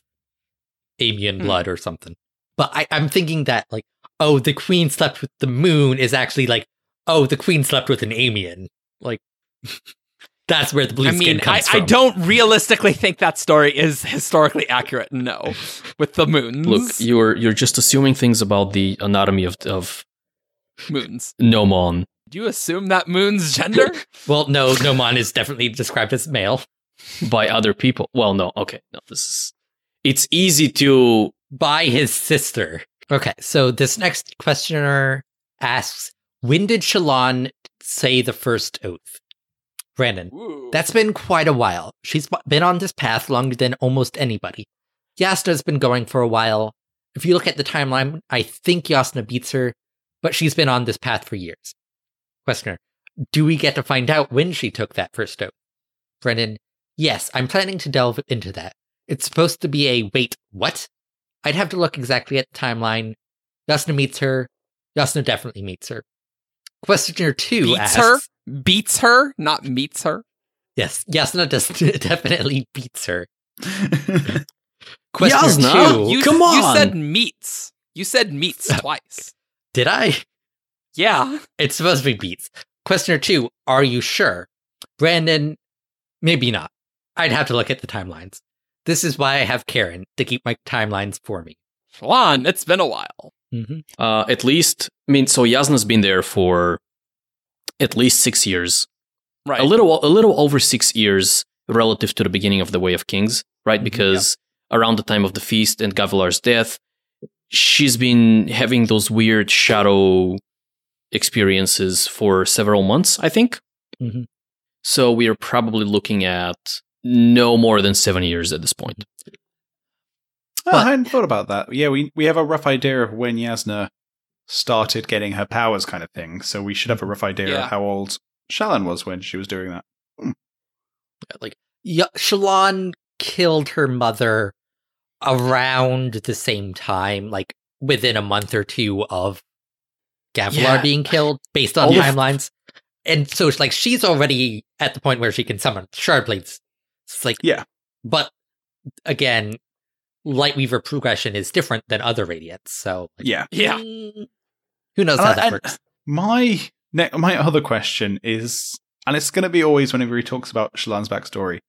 [SPEAKER 2] Amian
[SPEAKER 1] Hmm.
[SPEAKER 2] blood or something. But I, I'm thinking that, like, oh, the queen slept with the moon is actually like, oh, the queen slept with an Amian. Like, that's where the blue
[SPEAKER 1] I
[SPEAKER 2] skin
[SPEAKER 1] mean, I,
[SPEAKER 2] comes
[SPEAKER 1] I
[SPEAKER 2] from.
[SPEAKER 1] don't realistically think that story is historically accurate. No, with the moons,
[SPEAKER 3] Look, you're you're just assuming things about the anatomy of of
[SPEAKER 1] moons.
[SPEAKER 3] Gnomon.
[SPEAKER 1] Do you assume that moon's gender?
[SPEAKER 2] Well, no, Gnomon is definitely described as male
[SPEAKER 3] by other people. Well, no, okay, no, this is it's easy to
[SPEAKER 2] by his sister. Okay, so this next questioner asks, when did Shalon say the first oath? Brandon.
[SPEAKER 1] Ooh.
[SPEAKER 2] That's been quite a while. She's b- been on this path longer than almost anybody. Yasna's been going for a while. If you look at the timeline, I think Yasna beats her, but she's been on this path for years. Questioner, do we get to find out when she took that first oath? Brennan, yes, I'm planning to delve into that. It's supposed to be a wait, what? I'd have to look exactly at the timeline. Yasna meets her. Yasna definitely meets her. Questioner two
[SPEAKER 1] beats
[SPEAKER 2] asks,
[SPEAKER 1] her. Beats her, not meets her.
[SPEAKER 2] Yes, Yasna does definitely beats her.
[SPEAKER 3] Yasna?
[SPEAKER 2] two.
[SPEAKER 1] You,
[SPEAKER 3] Come
[SPEAKER 1] You
[SPEAKER 3] on.
[SPEAKER 1] said meets. You said meets twice.
[SPEAKER 2] Did I?
[SPEAKER 1] Yeah.
[SPEAKER 2] It's supposed to be beats. Questioner two. Are you sure? Brandon, maybe not. I'd have to look at the timelines. This is why I have Karen to keep my timelines for me.
[SPEAKER 1] Shalon, it's been a while.
[SPEAKER 2] Mm-hmm.
[SPEAKER 3] Uh, at least, I mean, so Yasna's been there for at least six years,
[SPEAKER 1] Right.
[SPEAKER 3] a little, a little over six years relative to the beginning of the Way of Kings,
[SPEAKER 1] Mm-hmm.
[SPEAKER 3] right? Because around the time of the feast and Gavilar's death, she's been having those weird shadow experiences for several months, I think.
[SPEAKER 1] Mm-hmm.
[SPEAKER 2] Mhm.
[SPEAKER 3] So we are probably looking at no more than seven years at this point.
[SPEAKER 4] Oh, I hadn't thought about that. Yeah, we we have a rough idea of when Yasna started getting her powers, kind of thing. So we should have a rough idea
[SPEAKER 1] Yeah.
[SPEAKER 4] of how old Shallan was when she was doing that.
[SPEAKER 3] Like,
[SPEAKER 2] Yeah, Shalon killed her mother around the same time, like within a month or two of Gavilar
[SPEAKER 3] Yeah.
[SPEAKER 2] being killed, based on
[SPEAKER 3] All of-
[SPEAKER 2] timelines. and so it's like she's already at the point where she can summon Shardblades. It's like
[SPEAKER 4] Yeah.
[SPEAKER 2] but again, Lightweaver progression is different than other Radiants, so like,
[SPEAKER 4] Yeah.
[SPEAKER 1] yeah.
[SPEAKER 2] mm, who knows how
[SPEAKER 4] And I-
[SPEAKER 2] that
[SPEAKER 4] and
[SPEAKER 2] works?
[SPEAKER 4] My ne- my other question is, and it's going to be always whenever he talks about Shallan's backstory.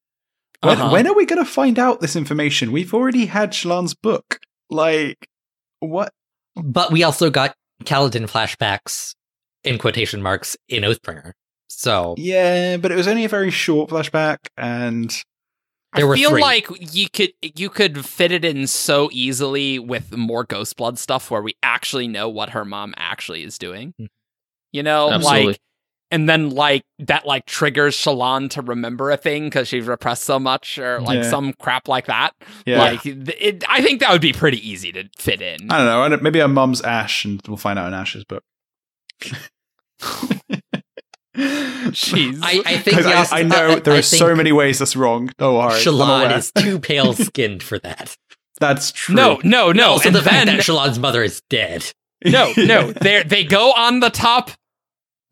[SPEAKER 4] When,
[SPEAKER 3] Uh-huh.
[SPEAKER 4] when are we going to find out this information? We've already had Shallan's book. Like, what?
[SPEAKER 2] But we also got Kaladin flashbacks in quotation marks in Oathbringer. So
[SPEAKER 4] Yeah, but it was only a very short flashback, and
[SPEAKER 2] There were
[SPEAKER 1] I feel
[SPEAKER 2] three.
[SPEAKER 1] like you could you could fit it in so easily with more ghost blood
[SPEAKER 2] Hmm.
[SPEAKER 1] stuff where we actually know what her mom actually is doing. You know,
[SPEAKER 3] Absolutely.
[SPEAKER 1] like and then like that like triggers Shalon to remember a thing because she's repressed so much or like
[SPEAKER 4] Yeah.
[SPEAKER 1] some crap like that.
[SPEAKER 4] Yeah.
[SPEAKER 1] Like th- it, I think that would be pretty easy to fit in.
[SPEAKER 4] I
[SPEAKER 2] Ah,
[SPEAKER 4] don't know. I don't, maybe her mum's Ash, and we'll find out in Ash's book.
[SPEAKER 1] Jeez.
[SPEAKER 2] I, I think
[SPEAKER 4] Because I,
[SPEAKER 2] Yas-
[SPEAKER 4] I know
[SPEAKER 2] I-
[SPEAKER 4] there
[SPEAKER 2] I
[SPEAKER 4] are so
[SPEAKER 2] think
[SPEAKER 4] many ways that's wrong. Don't worry. I'm
[SPEAKER 2] Shalon
[SPEAKER 4] aware.
[SPEAKER 2] is too pale skinned for that.
[SPEAKER 4] That's true.
[SPEAKER 1] no, no,
[SPEAKER 4] Oh,
[SPEAKER 1] no.
[SPEAKER 2] also,
[SPEAKER 1] and
[SPEAKER 2] the fact
[SPEAKER 1] then-
[SPEAKER 2] that Shalon's mother is dead.
[SPEAKER 1] No, no. They they go on the top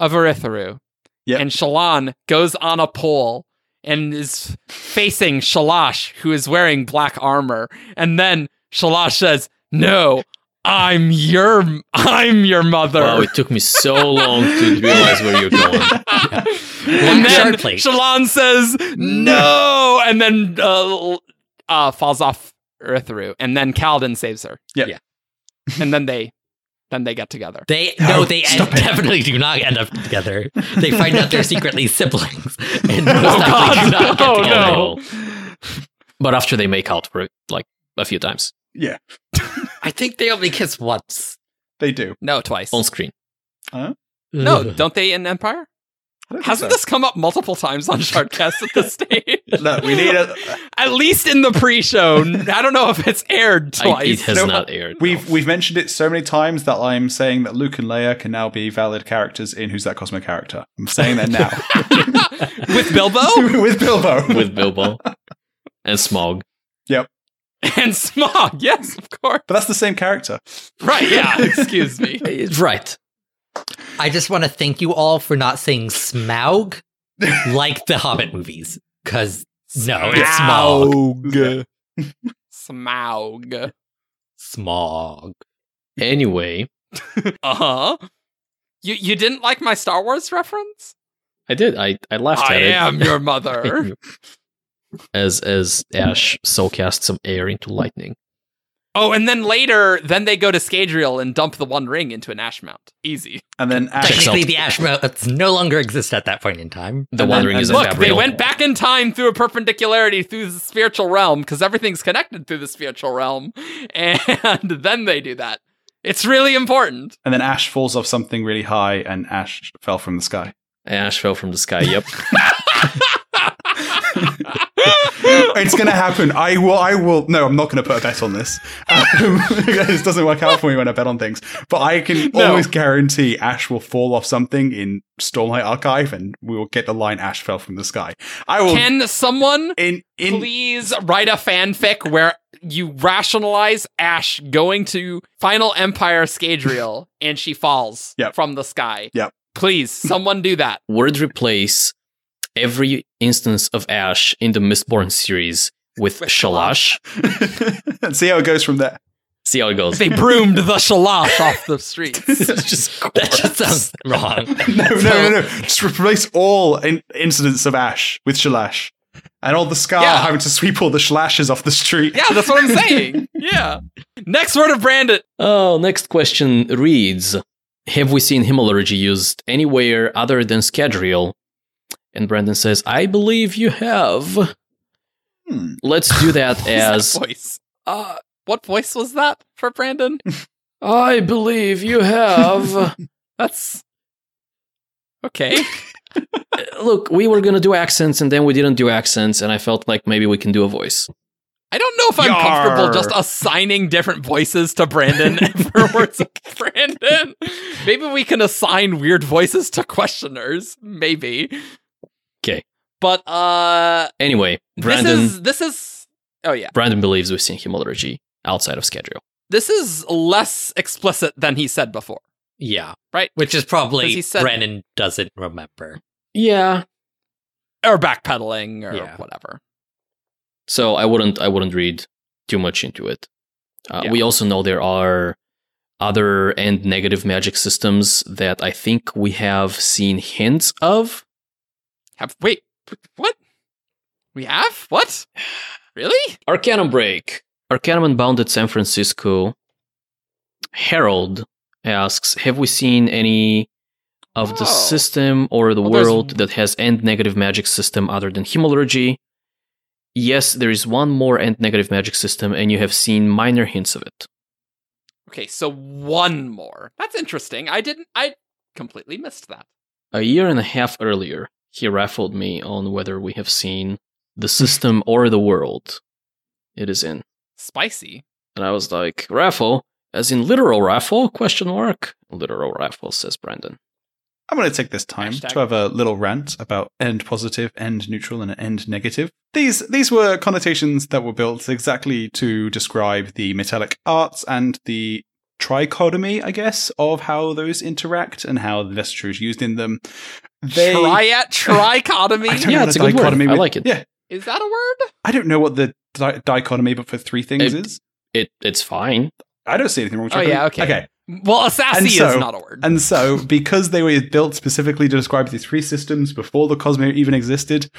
[SPEAKER 1] of Erythru.
[SPEAKER 4] Yep.
[SPEAKER 1] And Shalon goes on a pole and is facing Shalash, who is wearing black armor. And then Shalash says, No, I'm your I'm your mother.
[SPEAKER 3] Wow, it took me so long to realize where you're going.
[SPEAKER 1] and then
[SPEAKER 2] Sharply.
[SPEAKER 1] Shalon says, No, and then uh, uh, falls off Erythru. And then Kaladin saves her.
[SPEAKER 4] Yep.
[SPEAKER 2] Yeah.
[SPEAKER 1] And then they then they get together.
[SPEAKER 2] They
[SPEAKER 4] No,
[SPEAKER 2] no, they end,
[SPEAKER 4] stop it.
[SPEAKER 2] definitely do not end up together. They find out they're secretly siblings, and most
[SPEAKER 1] Oh,
[SPEAKER 2] likely do
[SPEAKER 1] God.
[SPEAKER 2] not get
[SPEAKER 1] Oh,
[SPEAKER 2] together.
[SPEAKER 1] no.
[SPEAKER 3] But after they make out for like a few times
[SPEAKER 4] Yeah,
[SPEAKER 2] I think they only kiss once.
[SPEAKER 4] they do.
[SPEAKER 1] No, twice.
[SPEAKER 3] on screen.
[SPEAKER 1] No,
[SPEAKER 2] Ugh.
[SPEAKER 1] don't they in Empire?
[SPEAKER 4] I don't think
[SPEAKER 1] Hasn't
[SPEAKER 4] so.
[SPEAKER 1] this come up multiple times on Shardcast at this stage?
[SPEAKER 4] Look, we need a. uh,
[SPEAKER 1] At least in the pre-show. I don't know if it's aired
[SPEAKER 3] I, it
[SPEAKER 1] twice.
[SPEAKER 3] has
[SPEAKER 4] No,
[SPEAKER 3] not aired. no.
[SPEAKER 4] We've we've mentioned it so many times that I'm saying that Luke and Leia can now be valid characters in Who's That Cosmo Character. I'm saying that now
[SPEAKER 1] With Bilbo
[SPEAKER 4] with Bilbo.
[SPEAKER 3] with Bilbo and Smog.
[SPEAKER 1] and Smog. Yes, of course.
[SPEAKER 4] but that's the same character.
[SPEAKER 1] Right, yeah. Excuse me.
[SPEAKER 3] Right.
[SPEAKER 2] I just want to thank you all for not saying Smaug like the Hobbit movies, because no, it's Smog.
[SPEAKER 4] Smaug.
[SPEAKER 1] Smaug.
[SPEAKER 2] Smog.
[SPEAKER 3] Anyway,
[SPEAKER 1] Uh-huh. You you didn't like my Star Wars reference?
[SPEAKER 3] I did. I, I laughed
[SPEAKER 1] I
[SPEAKER 3] at it.
[SPEAKER 1] am your mother.
[SPEAKER 3] as as Ash soul casts some air into lightning.
[SPEAKER 1] oh, and then later, then they go to Skadriel and dump the One Ring into an ash mount. Easy.
[SPEAKER 4] And then Ash.
[SPEAKER 3] Checks out.
[SPEAKER 2] Technically, the Ash Mountains no longer exist at that point in time.
[SPEAKER 3] The
[SPEAKER 4] And
[SPEAKER 3] One
[SPEAKER 4] then-
[SPEAKER 3] Ring
[SPEAKER 4] and
[SPEAKER 3] is a
[SPEAKER 4] then-
[SPEAKER 1] Look,
[SPEAKER 3] fabric.
[SPEAKER 1] they went back in time through a perpendicularity through the spiritual realm because everything's connected through the spiritual realm, and then they do that. It's really important.
[SPEAKER 4] And then Ash falls off something really high, and Ash fell from the sky.
[SPEAKER 3] Ash fell from the sky. Yep.
[SPEAKER 4] It's gonna happen. I will. I will. No, I'm not gonna put a bet on this. Um, this doesn't work out for me when I bet on things. But I can
[SPEAKER 1] No.
[SPEAKER 4] always guarantee Ash will fall off something in Stormlight Archive, and we will get the line "Ash fell from the sky." I will.
[SPEAKER 1] Can someone
[SPEAKER 4] in in
[SPEAKER 1] please write a fanfic where you rationalize Ash going to Final Empire Skadriel and she falls
[SPEAKER 4] Yep.
[SPEAKER 1] from the sky?
[SPEAKER 4] Yep.
[SPEAKER 1] Please, someone do that.
[SPEAKER 3] Word replace every instance of Ash in the Mistborn series with
[SPEAKER 1] With
[SPEAKER 3] Shalash.
[SPEAKER 4] and see how it goes from there.
[SPEAKER 3] See how it goes.
[SPEAKER 1] They broomed the shalash off the streets.
[SPEAKER 3] It's just
[SPEAKER 2] That just sounds wrong.
[SPEAKER 4] No, no, no, no. Just replace all in- incidents of Ash with Shalash, and all the scar
[SPEAKER 1] Yeah.
[SPEAKER 4] having to sweep all the Shalashes off the street.
[SPEAKER 1] Yeah, that's what I'm saying. Yeah. Next word of Brandon.
[SPEAKER 3] Oh, next question reads Have we seen hemology used anywhere other than Schedule? And Brandon says, I believe you have.
[SPEAKER 4] Hmm.
[SPEAKER 3] Let's do that
[SPEAKER 1] Who's
[SPEAKER 3] as
[SPEAKER 1] that voice. Uh, what voice was that for Brandon?
[SPEAKER 3] I believe you have.
[SPEAKER 1] That's okay.
[SPEAKER 3] Look, we were going to do accents and then we didn't do accents, and I felt like maybe we can do a voice.
[SPEAKER 1] I don't know if I'm
[SPEAKER 4] Yar.
[SPEAKER 1] comfortable just assigning different voices to Brandon for words of Brandon. Maybe we can assign weird voices to questioners. Maybe.
[SPEAKER 3] 'Kay.
[SPEAKER 1] But uh,
[SPEAKER 3] Anyway, Brandon
[SPEAKER 1] this is this is. Oh yeah,
[SPEAKER 3] Brandon believes we've seen hemology outside of Schedule.
[SPEAKER 1] this is less explicit than he said before.
[SPEAKER 2] Yeah.
[SPEAKER 1] Right.
[SPEAKER 2] Which is
[SPEAKER 1] 'Cause he
[SPEAKER 2] probably
[SPEAKER 1] said-
[SPEAKER 2] Brennan doesn't remember.
[SPEAKER 3] Yeah.
[SPEAKER 1] or backpedaling or
[SPEAKER 2] Yeah.
[SPEAKER 1] whatever.
[SPEAKER 3] So I wouldn't I wouldn't read too much into it. Uh,
[SPEAKER 1] Yeah.
[SPEAKER 3] We also know there are other and negative magic systems that I think we have seen hints of.
[SPEAKER 1] Have wait, what? We have what? Really?
[SPEAKER 3] Arcanum Break. Arcanum Unbounded San Francisco. Harold asks, have we seen any of the
[SPEAKER 1] Oh.
[SPEAKER 3] system or the
[SPEAKER 1] Well, there's-
[SPEAKER 3] world that has end negative magic system other than Hemology? Yes, there is one more end negative magic system, and you have seen minor hints of it.
[SPEAKER 1] Okay, so one more. That's interesting. I didn't. I completely missed that.
[SPEAKER 3] a year and a half earlier, he raffled me on whether we have seen the system or the world it is in.
[SPEAKER 1] Spicy.
[SPEAKER 3] And I was like, raffle, as in literal raffle? Question mark. Literal raffle, says Brandon.
[SPEAKER 4] I'm going to take this time
[SPEAKER 1] Hashtag.
[SPEAKER 4] to have a little rant about end positive, end neutral, and end negative. These these were connotations that were built exactly to describe the metallic arts and the trichotomy, I guess, of how those interact and how the literature is used in them. They,
[SPEAKER 1] Triad,
[SPEAKER 4] I don't
[SPEAKER 1] trichotomy.
[SPEAKER 4] know
[SPEAKER 3] Yeah,
[SPEAKER 4] what
[SPEAKER 3] it's a good word.
[SPEAKER 4] dichotomy
[SPEAKER 3] I
[SPEAKER 4] would-
[SPEAKER 3] like it.
[SPEAKER 4] Yeah,
[SPEAKER 1] Is that a word?
[SPEAKER 4] I don't know what the di- dichotomy, but for three things
[SPEAKER 3] It-
[SPEAKER 4] is.
[SPEAKER 3] It it's fine.
[SPEAKER 4] I don't see anything wrong with
[SPEAKER 1] Oh,
[SPEAKER 4] trichotomy.
[SPEAKER 1] yeah, okay.
[SPEAKER 4] Okay.
[SPEAKER 1] Well, assassin
[SPEAKER 4] And so-
[SPEAKER 1] is not a word.
[SPEAKER 4] And so, because they were built specifically to describe the three systems before the Cosmo even existed,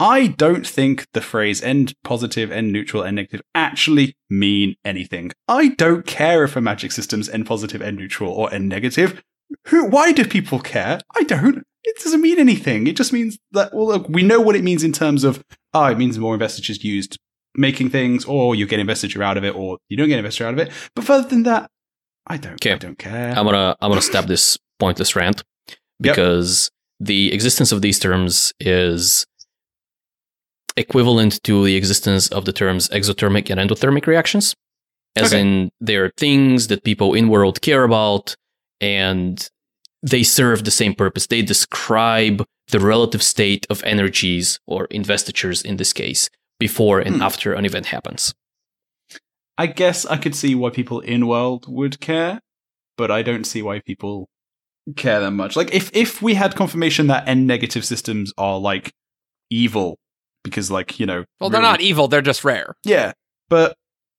[SPEAKER 4] I don't think the phrase end positive, end neutral, end negative actually mean anything. I don't care if a magic system's end positive, end neutral, or end negative. Who? Why do people care? I don't. It doesn't mean anything. It just means that well, look, we know what it means in terms of ah, it means more investitures used making things, or you get investiture out of it, or you don't get investiture out of it. But further than that, I don't. I
[SPEAKER 3] Okay.
[SPEAKER 4] don't care.
[SPEAKER 3] I'm gonna I'm gonna stop this pointless rant because the existence of these terms is equivalent to the existence of the terms exothermic and endothermic reactions, as
[SPEAKER 4] Okay.
[SPEAKER 3] in they are things that people in world care about, and they serve the same purpose. They describe the relative state of energies or investitures in this case before and
[SPEAKER 4] Hmm.
[SPEAKER 3] after an event happens.
[SPEAKER 4] I guess I could see why people in world would care, but I don't see why people care that much. Like if if we had confirmation that n negative systems are like evil because like, you know,
[SPEAKER 1] well, they're
[SPEAKER 4] really-
[SPEAKER 1] not e-, evil. They're just rare.
[SPEAKER 4] Yeah. But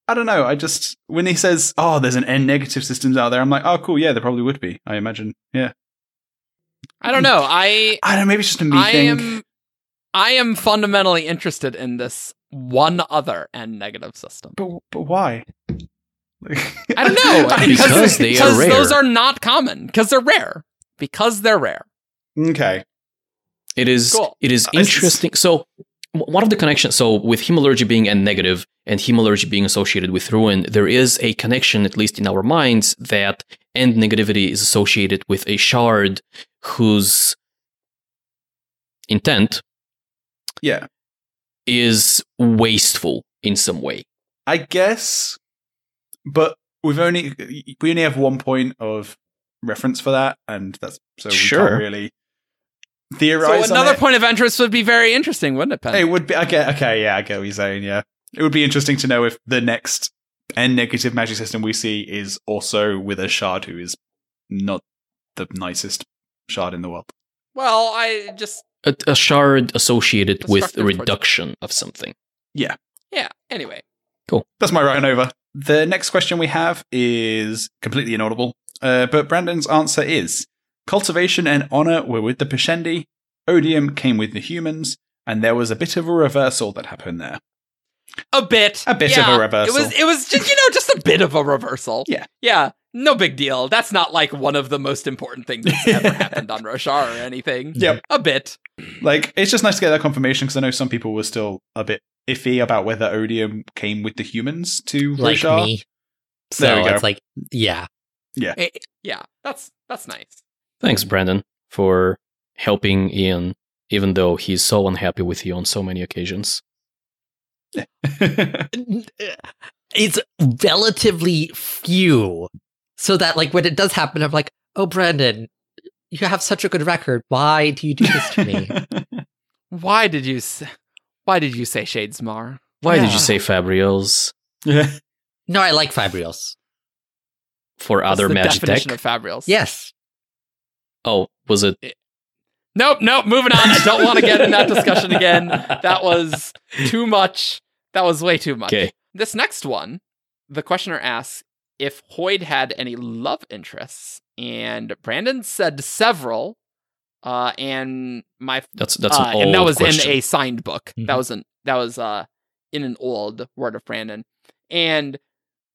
[SPEAKER 4] I don't know. I just when he says, "Oh, there's an n negative systems out there." I'm like, "Oh, cool. Yeah, there probably would be." I imagine. Yeah.
[SPEAKER 1] I don't know. I
[SPEAKER 4] I don't know, maybe it's just a Mm. me
[SPEAKER 1] I
[SPEAKER 4] thing.
[SPEAKER 1] am I am fundamentally interested in this one other and negative system.
[SPEAKER 4] But but why? Like-
[SPEAKER 1] I don't know
[SPEAKER 3] Because they are
[SPEAKER 1] because
[SPEAKER 3] rare.
[SPEAKER 1] those are not common because they're rare because they're rare.
[SPEAKER 4] Okay.
[SPEAKER 3] It is
[SPEAKER 1] Cool.
[SPEAKER 3] it is
[SPEAKER 4] Uh, it's-
[SPEAKER 3] interesting. So w- one of the connections so with hemallergy being a negative and hemallergy being associated with ruin, there is a connection, at least in our minds, that end negativity is associated with a shard whose intent
[SPEAKER 4] Yeah.
[SPEAKER 3] is wasteful in some way.
[SPEAKER 4] I guess, but we've only we only have one point of reference for that, and that's so we
[SPEAKER 3] Sure.
[SPEAKER 4] can't really theorize.
[SPEAKER 1] so
[SPEAKER 4] on
[SPEAKER 1] another
[SPEAKER 4] it.
[SPEAKER 1] point of interest would be very interesting, wouldn't it, Pen?
[SPEAKER 4] It would be okay. Okay, yeah, I get what you're saying. Yeah, it would be interesting to know if the next n negative magic system we see is also with a shard who is not the nicest shard in the world.
[SPEAKER 1] well, I just
[SPEAKER 3] A, a shard associated with
[SPEAKER 1] Destructive towards-
[SPEAKER 3] reduction of something.
[SPEAKER 1] yeah. Anyway,
[SPEAKER 4] That's my run over. The next question we have is completely inaudible, uh, but Brandon's answer is cultivation and honor were with the Pashendi, odium came with the humans, and there was a bit of a reversal that happened there.
[SPEAKER 1] a bit,
[SPEAKER 4] A bit of
[SPEAKER 1] Yeah,
[SPEAKER 4] a reversal.
[SPEAKER 1] It was it was just you know just a bit of a reversal.
[SPEAKER 4] Yeah.
[SPEAKER 1] yeah, no big deal. That's not like one of the most important things that's ever happened on Roshar or anything.
[SPEAKER 4] Yep.
[SPEAKER 1] a bit.
[SPEAKER 4] like it's just nice to get that confirmation because I know some people were still a bit iffy about whether odium came with the humans to
[SPEAKER 2] like
[SPEAKER 4] Rishar.
[SPEAKER 2] me. So
[SPEAKER 4] There we go.
[SPEAKER 2] it's like, yeah,
[SPEAKER 1] Eh, yeah, that's that's nice.
[SPEAKER 3] Thanks, Brandon, for helping Ian, even though he's so unhappy with you on so many occasions.
[SPEAKER 2] it's relatively few. So that like when it does happen, I'm like, oh, Brandon, you have such a good record. Why do you do this to me?
[SPEAKER 1] Why did you? s- Why did you say Shadesmar?
[SPEAKER 3] Why did
[SPEAKER 2] Yeah.
[SPEAKER 3] you say Fabriels
[SPEAKER 2] no, I like Fabrials.
[SPEAKER 3] for
[SPEAKER 1] That's
[SPEAKER 3] other
[SPEAKER 1] the
[SPEAKER 3] magic tech?
[SPEAKER 1] definition of Fabrials.
[SPEAKER 2] Yes.
[SPEAKER 3] oh, was it?
[SPEAKER 1] Nope. Nope. Moving on. I don't want to get in that discussion again. That was too much. That was way too much.
[SPEAKER 3] Okay.
[SPEAKER 1] This next one, the questioner asks if Hoyd had any love interests, and Brandon said several. Uh, and my
[SPEAKER 3] That's that's an
[SPEAKER 1] uh,
[SPEAKER 3] old
[SPEAKER 1] and that was
[SPEAKER 3] question. Mm-hmm.
[SPEAKER 1] in a signed book. That
[SPEAKER 2] Mhm.
[SPEAKER 1] was an that was uh in an old word of Brandon. And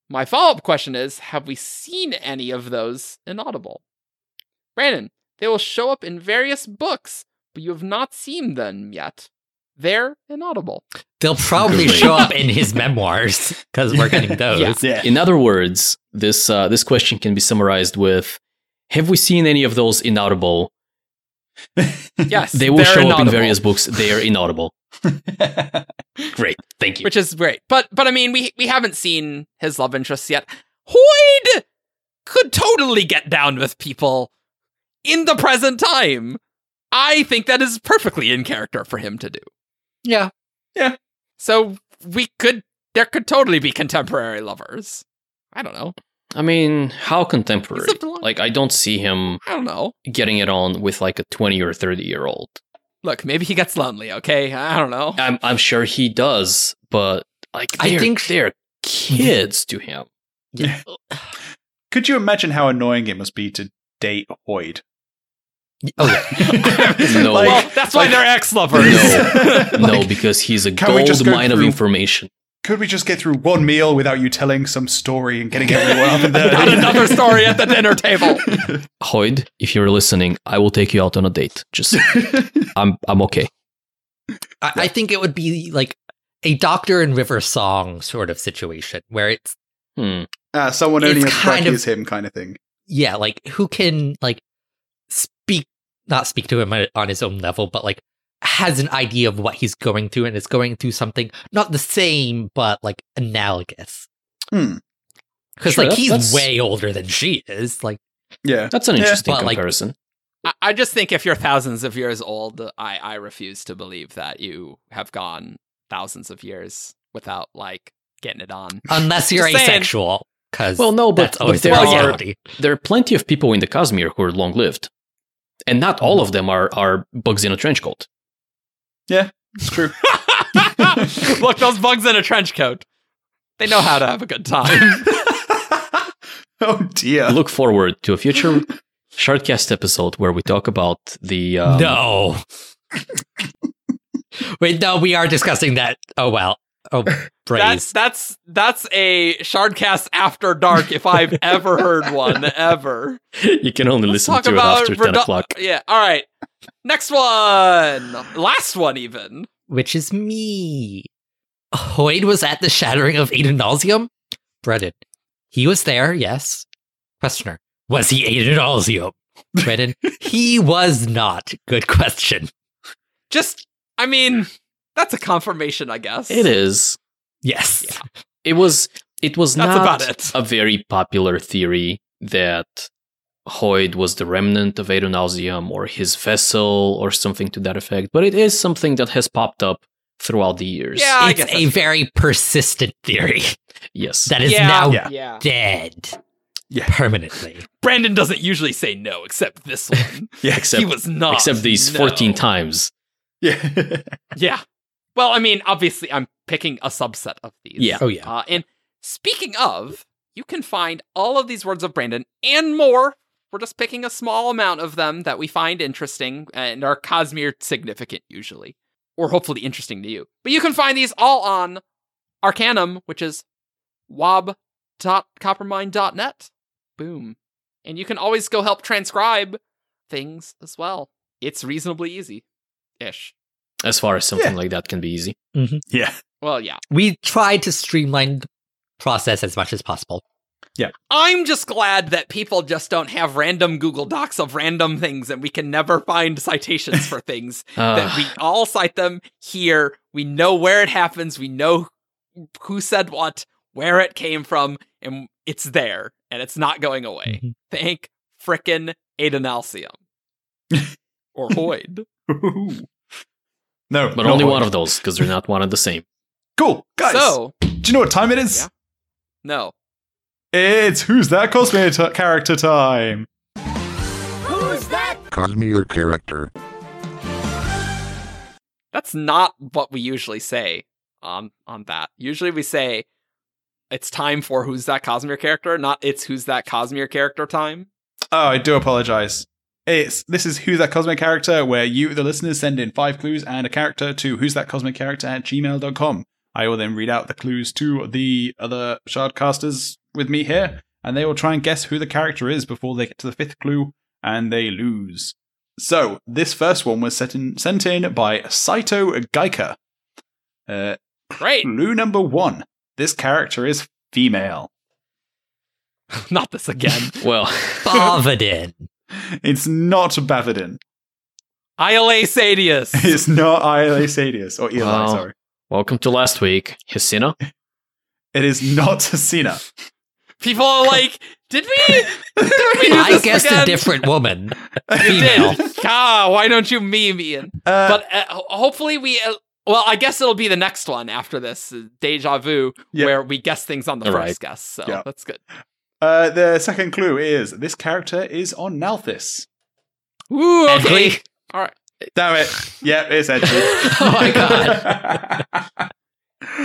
[SPEAKER 1] my follow up question is: Have we seen any of those in Audible, Brandon? They will show up in various books, but you have not seen them yet. They're inaudible.
[SPEAKER 2] They'll probably
[SPEAKER 3] Good.
[SPEAKER 2] show up in his memoirs because we're getting those.
[SPEAKER 1] Yeah.
[SPEAKER 4] yeah.
[SPEAKER 3] In other words, this uh, this question can be summarized with: Have we seen any of those inaudible?
[SPEAKER 1] Yes,
[SPEAKER 3] They will
[SPEAKER 1] they're
[SPEAKER 3] show up in
[SPEAKER 1] inaudible,
[SPEAKER 3] various books. They are inaudible. Great. Thank you.
[SPEAKER 1] which is great. But but I mean, we we haven't seen his love interests yet. Hoyd could totally get down with people in the present time. I think that is perfectly in character for him to do.
[SPEAKER 2] Yeah.
[SPEAKER 1] So we could there could totally be contemporary lovers. I don't know.
[SPEAKER 3] I mean, how contemporary?
[SPEAKER 1] Except a lot-
[SPEAKER 3] Like, I don't see him
[SPEAKER 1] I don't know.
[SPEAKER 3] getting it on with like a 20 or 30 year old.
[SPEAKER 1] Look, maybe he gets lonely, okay? I don't know.
[SPEAKER 3] I'm, I'm sure he does, but like,
[SPEAKER 2] I
[SPEAKER 3] I
[SPEAKER 2] think-
[SPEAKER 3] think they're kids to him.
[SPEAKER 4] Could you imagine how annoying it must be to date Hoyd?
[SPEAKER 2] Oh yeah.
[SPEAKER 3] No.
[SPEAKER 4] Like,
[SPEAKER 1] well, that's why
[SPEAKER 4] like-
[SPEAKER 1] they're ex-lovers.
[SPEAKER 3] no,
[SPEAKER 4] Like,
[SPEAKER 3] because he's a
[SPEAKER 4] can we just
[SPEAKER 3] gold
[SPEAKER 4] go
[SPEAKER 3] mine of
[SPEAKER 4] through-
[SPEAKER 3] information.
[SPEAKER 4] Could we just get through one meal without you telling some story and getting everyone up and
[SPEAKER 1] Not another story at the dinner table.
[SPEAKER 3] Hoyd, if you're listening, I will take you out on a date. Just, I'm, I'm okay.
[SPEAKER 2] I, I think it would be like a Doctor and River Song sort of situation where it's
[SPEAKER 3] Hmm.
[SPEAKER 4] Ah, someone
[SPEAKER 2] It's
[SPEAKER 4] only as
[SPEAKER 2] kind
[SPEAKER 4] cracky
[SPEAKER 2] of-
[SPEAKER 4] as him kind of thing.
[SPEAKER 2] yeah, like who can like speak not speak to him on- on his own level, but like has an idea of what he's going through and is going through something not the same but like analogous.
[SPEAKER 4] Hmm.
[SPEAKER 2] Because
[SPEAKER 3] Sure,
[SPEAKER 2] like
[SPEAKER 3] that-
[SPEAKER 2] he's
[SPEAKER 3] that's-
[SPEAKER 2] way older than she is. Like
[SPEAKER 4] Yeah.
[SPEAKER 3] That's an
[SPEAKER 4] Yeah.
[SPEAKER 3] interesting
[SPEAKER 2] But, like-
[SPEAKER 3] comparison.
[SPEAKER 1] I, I just think if you're thousands of years old, I, I refuse to believe that you have gone thousands of years without like getting it on.
[SPEAKER 2] unless you're
[SPEAKER 1] Just saying.
[SPEAKER 2] asexual. Because
[SPEAKER 3] Well, no, but-
[SPEAKER 2] that's
[SPEAKER 3] but
[SPEAKER 2] always the
[SPEAKER 3] there
[SPEAKER 1] are-
[SPEAKER 2] possibility.
[SPEAKER 3] there are plenty of people in the Cosmere who are long lived, and not all of them are are bugs in a trench coat.
[SPEAKER 4] It's true.
[SPEAKER 1] Look, those bugs in a trench coat. They know how to have a good time.
[SPEAKER 4] oh dear.
[SPEAKER 3] Look forward to a future Shardcast episode where we talk about the um,
[SPEAKER 2] No. Wait, no, we are discussing that. Oh well. Oh,
[SPEAKER 1] That's
[SPEAKER 2] braise.
[SPEAKER 1] that's that's a Shardcast after dark if I've ever heard one ever.
[SPEAKER 3] You can only
[SPEAKER 1] Let's
[SPEAKER 3] listen
[SPEAKER 1] talk
[SPEAKER 3] to it
[SPEAKER 1] about
[SPEAKER 3] after ten
[SPEAKER 1] redu-
[SPEAKER 3] o'clock.
[SPEAKER 1] Yeah. All right. Next one. Last one even.
[SPEAKER 2] which is me. Hoyd was at the shattering of Aiden Nauseum? Brennan. He was there, yes. Questioner. Was he Aiden Nauseum? Brennan. he was not. Good question.
[SPEAKER 1] Just I mean, that's a confirmation, I guess.
[SPEAKER 3] It is.
[SPEAKER 2] Yes.
[SPEAKER 3] It was. It was
[SPEAKER 1] That's
[SPEAKER 3] not
[SPEAKER 1] about it.
[SPEAKER 3] a very popular theory that Hoyd was the remnant of Aeronausium or his vessel or something to that effect. But it is something that has popped up throughout the years.
[SPEAKER 1] Yeah, I
[SPEAKER 2] it's
[SPEAKER 1] guess
[SPEAKER 2] a
[SPEAKER 1] that's-
[SPEAKER 2] very persistent theory
[SPEAKER 3] Yes.
[SPEAKER 2] that is
[SPEAKER 1] Yeah.
[SPEAKER 2] now
[SPEAKER 4] Yeah.
[SPEAKER 1] yeah.
[SPEAKER 2] dead
[SPEAKER 4] Yeah.
[SPEAKER 2] permanently.
[SPEAKER 1] Brandon doesn't usually say no, except this one.
[SPEAKER 4] Yeah.
[SPEAKER 3] except
[SPEAKER 1] he was not.
[SPEAKER 3] except these
[SPEAKER 1] no.
[SPEAKER 3] 14 times.
[SPEAKER 4] Yeah.
[SPEAKER 1] Yeah. Well, I mean, obviously, I'm picking a subset of these.
[SPEAKER 3] Yeah.
[SPEAKER 2] Oh, yeah.
[SPEAKER 1] Uh, and speaking of, you can find all of these words of Brandon and more. We're just picking a small amount of them that we find interesting and are Cosmere significant, usually, or hopefully interesting to you. But you can find these all on Arcanum, which is wob.coppermine.net. Boom. And you can always go help transcribe things as well. It's reasonably easy ish.
[SPEAKER 3] as far as something
[SPEAKER 4] Yeah.
[SPEAKER 3] like that can be easy.
[SPEAKER 4] Yeah.
[SPEAKER 1] Well, yeah.
[SPEAKER 2] We tried to streamline the process as much as possible.
[SPEAKER 1] I'm just glad that people just don't have random Google Docs of random things and we can never find citations for things. that
[SPEAKER 3] Uh,
[SPEAKER 1] we all cite them here. We know where it happens. We know who said what, where it came from, and it's there and it's not going away.
[SPEAKER 2] Mhm.
[SPEAKER 1] Thank frickin' Adenalcium. or Hoyd.
[SPEAKER 4] No,
[SPEAKER 3] but only one of those because they're not one and the same.
[SPEAKER 4] Cool, guys.
[SPEAKER 1] So,
[SPEAKER 4] do you know what time it is?
[SPEAKER 1] no.
[SPEAKER 4] It's who's that cosplay t- character time.
[SPEAKER 5] Cosmere character.
[SPEAKER 1] That's not what we usually say on on that. Usually we say it's time for who's that Cosmere character, not it's who's that Cosmere character time.
[SPEAKER 4] Oh, I do apologize. It's this is who's that cosmic character where you, the listeners, send in five clues and a character to who's that cosmic character at gmail.com. I will then read out the clues to the other shardcasters with me here, and they will try and guess who the character is before they get to the fifth clue, and they lose. So this first one was set in, sent in by Saito Geica. Uh,
[SPEAKER 2] Hmm.
[SPEAKER 1] Great.
[SPEAKER 4] Clue number one. This character is female.
[SPEAKER 1] not this again.
[SPEAKER 3] Well,
[SPEAKER 2] Bovadin.
[SPEAKER 4] It's not Bavadin.
[SPEAKER 1] Iole Sadius.
[SPEAKER 4] It's not Iole Sadius or Eli,
[SPEAKER 3] Wow.
[SPEAKER 4] sorry.
[SPEAKER 3] Welcome to last week, Hesina.
[SPEAKER 4] It is not Cena.
[SPEAKER 1] People are like, did we? Did we do
[SPEAKER 2] I
[SPEAKER 1] this
[SPEAKER 2] guessed
[SPEAKER 1] again?
[SPEAKER 2] a different woman.
[SPEAKER 1] You
[SPEAKER 2] female.
[SPEAKER 1] did. Ah, why don't you meme Ian?
[SPEAKER 4] Uh,
[SPEAKER 1] but uh, ho- hopefully we. Uh, well, I guess it'll be the next one after this uh, deja vu,
[SPEAKER 4] Yeah.
[SPEAKER 1] where we guess things on the
[SPEAKER 3] All
[SPEAKER 1] first
[SPEAKER 3] right.
[SPEAKER 1] guess. So
[SPEAKER 4] Yeah.
[SPEAKER 1] that's good.
[SPEAKER 4] uh, the second clue is this character is on Nalthis.
[SPEAKER 1] Ooh, okay.
[SPEAKER 2] Edgley?
[SPEAKER 4] Damn it. Yep, it's Edgy.
[SPEAKER 2] Oh my god.